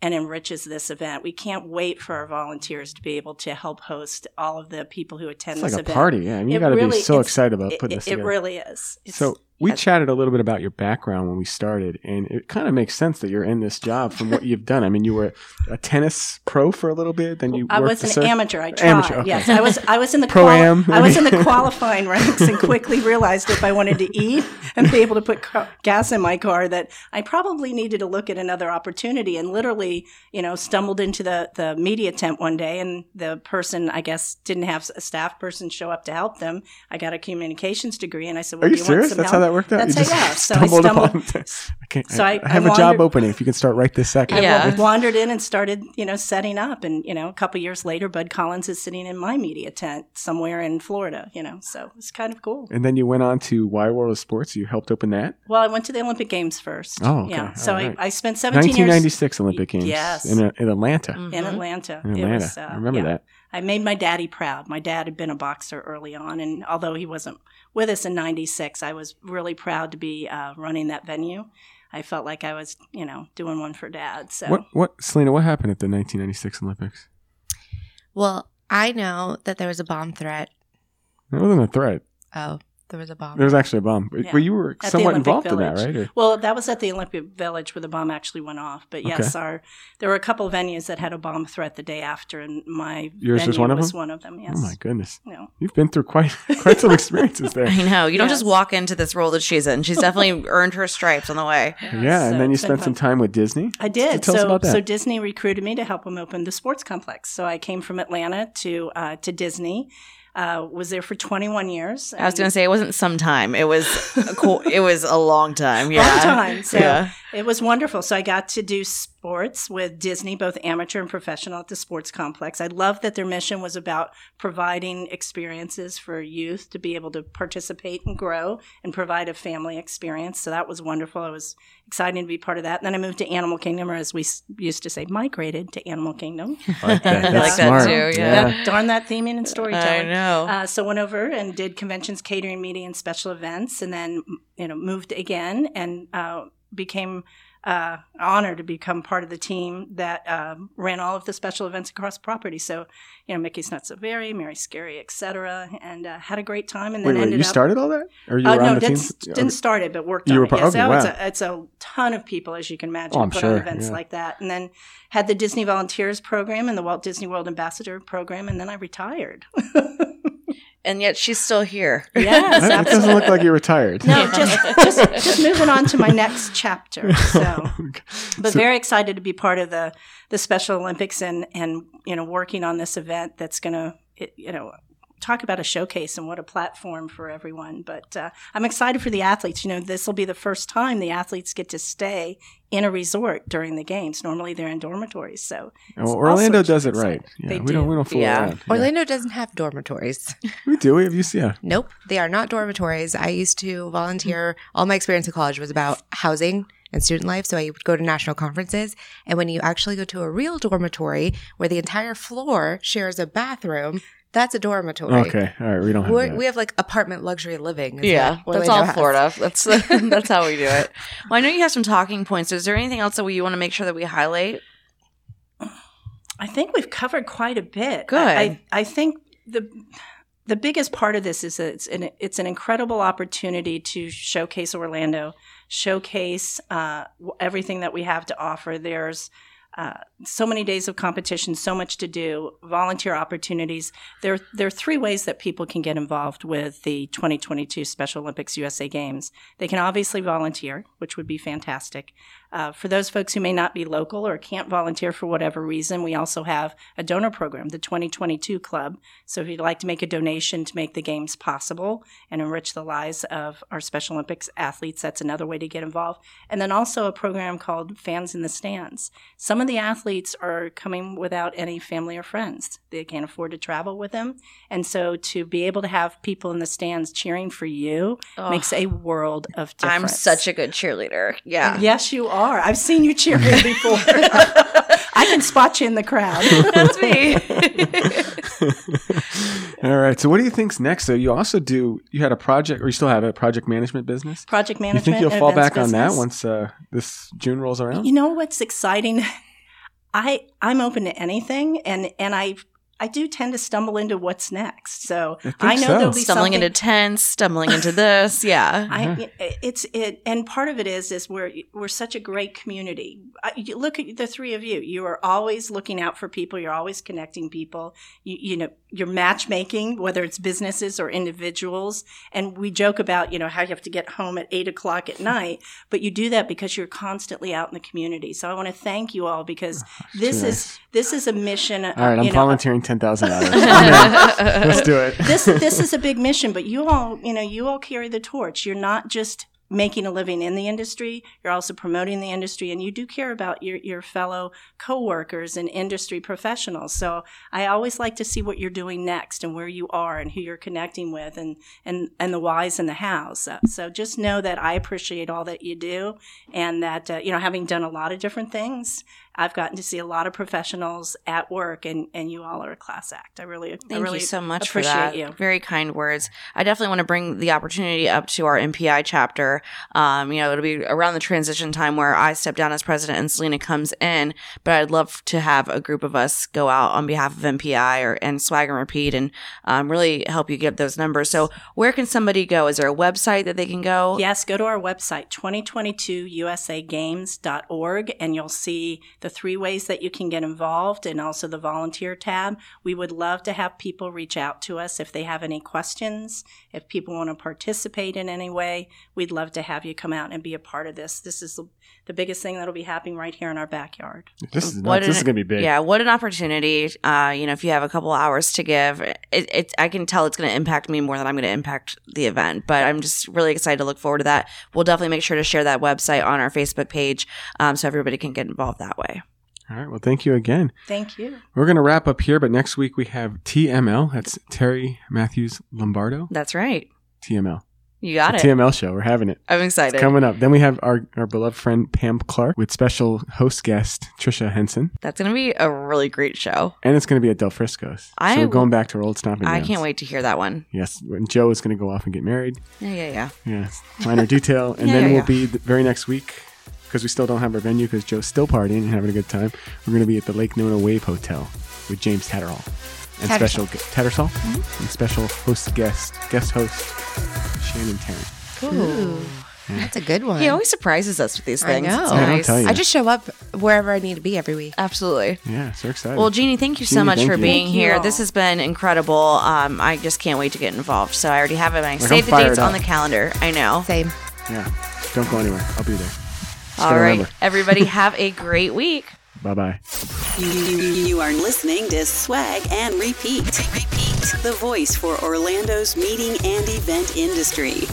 S5: and enriches this event. We can't wait for our volunteers to be able to help host all of the people who attend
S2: It's
S5: this
S2: like a
S5: event.
S2: party. Yeah. I mean, you
S5: It
S2: got to
S5: really-
S2: be so
S5: it's-
S2: excited about
S5: It,
S2: putting
S5: it-
S2: this
S5: it
S2: together.
S5: really is. It's-
S2: so we
S5: yes.
S2: chatted a little bit about your background when we started, and it kind of makes sense that you're in this job from what you've done. I mean, you were a tennis pro for a little bit, then you
S5: I
S2: worked
S5: was
S2: the
S5: an
S2: sur-
S5: amateur. I tried.
S2: Amateur, okay.
S5: Yes, I was. I was in the
S2: Pro-am,
S5: quali- I was in the
S2: maybe.
S5: qualifying ranks and quickly realized if I wanted to eat and be able to put ca- gas in my car that I probably needed to look at another opportunity. And literally, you know, stumbled into the the media tent one day, and the person I guess didn't have a staff person show up to help them. I got a communications degree, and I said,
S2: Are
S5: "Well,
S2: you
S5: do you
S2: serious?
S5: want some
S2: That's
S5: help?"
S2: how that worked out.
S5: That's
S2: you
S5: how- yeah. So I
S2: stumbled,
S5: stumbled-
S2: upon. I, can't,
S5: So
S2: I,
S5: I-
S2: I have
S5: I
S2: a job
S5: wandered-
S2: opening. If you can start right this second.
S4: I Yeah.
S5: I wandered in and started, you know, setting up. And, you know, a couple years later, Bud Collins is sitting in my media tent somewhere in Florida, you know, so it's kind of cool.
S2: And then you went on to Wide World of Sports. You helped open that.
S5: Well, I went to the Olympic Games first.
S2: Oh, okay.
S5: Yeah. So
S2: All right.
S5: I, I spent 17 years
S2: 1996 Olympic Games.
S5: Yes.
S2: In, a, in Atlanta.
S5: in Atlanta.
S2: In
S5: It
S2: Mm-hmm. Atlanta.
S5: was, uh,
S2: I remember
S5: yeah.
S2: that.
S5: I made my daddy proud. My dad had been a boxer early on, and although he wasn't with us in '96, I was really proud to be uh, running that venue. I felt like I was, you know, doing one for dad. So
S2: What, what, Selena, what happened at the 1996 Olympics?
S3: Well, I know that there was a bomb threat.
S2: That wasn't a threat.
S3: Oh, there was a bomb.
S2: There was actually a bomb. But
S5: Yeah.
S2: but you were
S5: the
S2: somewhat
S5: Olympic
S2: involved in that,
S5: Village.
S2: right? Or- oh
S5: Well, that was at the Olympic Village where the bomb actually went off. But yes, our there were a couple of venues that had a bomb threat the day after, and my
S2: Yours
S5: venue
S2: was one of
S5: was
S2: them?
S5: one of them. Yes.
S2: Oh my goodness,
S5: No.
S2: you've been through quite quite some experiences there.
S4: I know. You don't just
S5: Yes.
S4: walk into this role that she's in. She's definitely earned her stripes on the way.
S2: Yeah,
S5: So
S2: and then you
S5: it's been
S2: spent some
S5: fun.
S2: time with Disney.
S5: I did.
S2: So tell
S5: so,
S2: us about that.
S5: so Disney recruited me to help them open the sports complex. So I came from Atlanta to uh, to Disney. Uh, was there for 21 years.
S4: I was
S5: and-
S4: going to say it wasn't some time. It was a co- it was a long time. Yeah.
S5: Long time. So
S4: Yeah.
S5: it was wonderful. So I got to do sports with Disney, both amateur and professional at the sports complex. I love that their mission was about providing experiences for youth to be able to participate and grow and provide a family experience. So that was wonderful. I was excited to be part of that. And then I moved to Animal Kingdom, or as we s- used to say, migrated to Animal Kingdom.
S2: like that.
S5: I
S2: That's
S5: like that
S2: smart.
S4: too, yeah.
S5: That, darn that theming and
S4: I
S5: storytelling.
S2: Oh.
S4: know.
S5: Uh, so went over and did conventions, catering, meeting, and special events, and then m- you know moved again and uh, became uh, honored to become part of the team that um, ran all of the special events across the property. So you know Mickey's Not So Very, Mary Scary, etc., and uh, had a great time. And then
S2: Wait, wait,
S5: ended
S2: you
S5: up,
S2: started all that, or you
S5: uh,
S2: were
S5: no,
S2: on the team?
S5: didn't, didn't start it, but worked
S2: You
S5: on
S2: were
S5: it.
S2: part-
S5: Yes,
S2: okay,
S5: so it's,
S2: wow.
S5: a, it's a ton of people, as you can imagine,
S2: Oh, I'm
S5: put
S2: sure,
S5: on events
S2: yeah.
S5: like that. And then had the Disney Volunteers Program and the Walt Disney World Ambassador Program, and then I retired.
S4: and yet she's still here.
S5: yes,
S2: That- that doesn't look like you retired.
S5: No, just, just just moving on to my next chapter.
S2: Oh.
S5: So, but
S2: So-
S5: very excited to be part of the the Special Olympics and and you know working on this event that's going to you know talk about a showcase and what a platform for everyone. But uh, I'm excited for the athletes. You know, this will be the first time the athletes get to stay in a resort during the games. Normally they're in dormitories. So
S2: well, Orlando
S5: also-
S2: does it right. Yeah,
S5: They
S2: we don't
S5: do.
S2: we don't fool
S4: Yeah.
S2: around. Yeah.
S3: Orlando doesn't have dormitories.
S2: we do. We have UCF.
S3: Nope, they are not dormitories. I used to volunteer. All my experience in college was about housing and student life. So I would go to national conferences. And when you actually go to a real dormitory where the entire floor shares a bathroom, That's a dormitory.
S2: Okay. All right. We don't have
S3: We're,
S2: that.
S3: we have like apartment luxury living. is
S4: Yeah,
S3: what
S4: that's
S3: Orlando
S4: all
S3: has.
S4: Florida. That's that's how we do it. Well, I know you have some talking points. Is there anything else that we want to make sure that we highlight?
S5: I think we've covered quite a bit.
S4: Good.
S5: I, I, I think the the biggest part of this is that it's an it's an incredible opportunity to showcase Orlando, showcase uh, w- everything that we have to offer. There's uh, so many days of competition, so much to do, volunteer opportunities. There, there are three ways that people can get involved with the 2022 Special Olympics USA Games. They can obviously volunteer, which would be fantastic. Uh, for those folks who may not be local or can't volunteer for whatever reason, we also have a donor program, the 2022 Club. So if you'd like to make a donation to make the games possible and enrich the lives of our Special Olympics athletes, that's another way to get involved. And then also a program called Fans in the Stands. Some of the athletes are coming without any family or friends. They can't afford to travel with them. And so to be able to have people in the stands cheering for you makes a world of difference.
S4: I'm such a good cheerleader. Yeah.
S5: Yes, you are. I've seen you cheering before. I can spot you in the crowd.
S4: That's me.
S2: All right. So, what do you think's next? Though you also do. You had a project, or you still have a project management business.
S5: Project
S2: You
S5: management.
S2: think you'll
S5: and
S2: fall
S5: events
S2: back on that
S5: business.
S2: once uh, this June rolls around?
S5: You know what's exciting? I I'm open to anything, and and I I do tend to stumble into what's next. So
S2: I think
S5: I know
S2: so.
S5: there'll be
S4: stumbling
S5: something-
S4: into tents, stumbling into this. Yeah.
S2: Mm-hmm.
S5: I, it's it, and part of it is is we're we're such a great community. I, you look at the three of you. You are always looking out for people. You're always connecting people. You, you know, you're matchmaking, whether it's businesses or individuals. And we joke about you know how you have to get home at eight o'clock at night, but you do that because you're constantly out in the community. So I want to thank you all because this
S2: Oh, too
S5: is this is a mission. uh,
S2: All right. I'm
S5: you know,
S2: volunteering ten thousand dollars. Let's do it.
S5: this this is a big mission, but you all, you know, you all carry the torch. You're not just making a living in the industry, you're also promoting the industry and you do care about your, your fellow coworkers and industry professionals. So I always like to see what you're doing next and where you are and who you're connecting with and and, and the whys and the hows. So, so just know that I appreciate all that you do and that uh, you know having done a lot of different things, I've gotten to see a lot of professionals at work and and you all are a class act. I really I
S4: Thank
S5: really
S4: you so much
S5: appreciate
S4: for that.
S5: you.
S4: Very kind words. I definitely want to bring the opportunity up to our MPI chapter. Um, you know, it'll be around the transition time where I step down as president and Selena comes in, but I'd love to have a group of us go out on behalf of MPI or and swag and repeat and um, really help you get those numbers. So where can somebody go? Is there a website that they can go?
S5: Yes, go to our website, 2022usagames.org, and you'll see the three ways that you can get involved and also the volunteer tab. We would love to have people reach out to us if they have any questions, if people want to participate in any way. We'd love to have you come out and be a part of this. This is the- the biggest thing that'll be happening right here in our backyard.
S2: This is
S4: What
S2: nuts. This
S4: an-
S2: is gonna be big.
S4: Yeah, what an opportunity! Uh, you know, if you have a couple hours to give, it, it I can tell it's going to impact me more than I'm going to impact the event. But I'm just really excited to look forward to that. We'll definitely make sure to share that website on our Facebook page, um, so everybody can get involved that way.
S2: All right. Well, thank you again.
S5: Thank you.
S2: We're gonna wrap up here, but next week we have TML. That's Terry Matthews Lombardo.
S4: That's right.
S2: TML.
S4: You got
S2: The
S4: it.
S2: TML show. We're having it.
S4: I'm
S2: It's
S4: excited.
S2: coming up. Then we have our, our beloved friend Pam Clark with special host guest Trisha Henson.
S4: That's going to be a really great show.
S2: And it's going to be at Del Frisco's.
S4: I-
S2: so we're going back to our old stomping
S4: I
S2: grounds.
S4: can't wait to hear that one.
S2: Yes, when Joe is going to go off and get married.
S4: Yeah, yeah, yeah.
S2: Yes, minor detail. And
S4: Yeah,
S2: then
S4: yeah,
S2: we'll
S4: yeah.
S2: be the very next week, because we still don't have our venue because Joe's still partying and having a good time. We're going to be at the Lake Nona Wave Hotel with James Tatterall. And special gu- Tattersall
S4: Mm-hmm.
S2: and special host guest guest host Shannon Tarrant.
S3: Ooh, that's a good one.
S4: He always surprises us with these
S3: I
S4: things.
S3: know.
S4: It's
S3: Yeah,
S2: I'll
S4: nice.
S2: tell you.
S3: I just show up wherever I need to be every week.
S4: Absolutely.
S2: Yeah, so excited.
S4: Well, Jeannie, thank you so
S2: Jeannie,
S4: much
S2: thank
S4: for
S2: you.
S4: being
S5: Thank you
S4: here.
S5: all.
S4: This has been incredible. Um, I just can't wait to get involved. So I already have it. I saved the
S2: fired
S4: dates on
S2: up.
S4: the calendar. I know.
S3: Same.
S2: yeah, don't go anywhere. I'll be there.
S4: All right. Everybody, have a great week.
S2: Bye bye.
S6: You, you are listening to Swag and Repeat. Repeat. The voice for Orlando's meeting and event industry.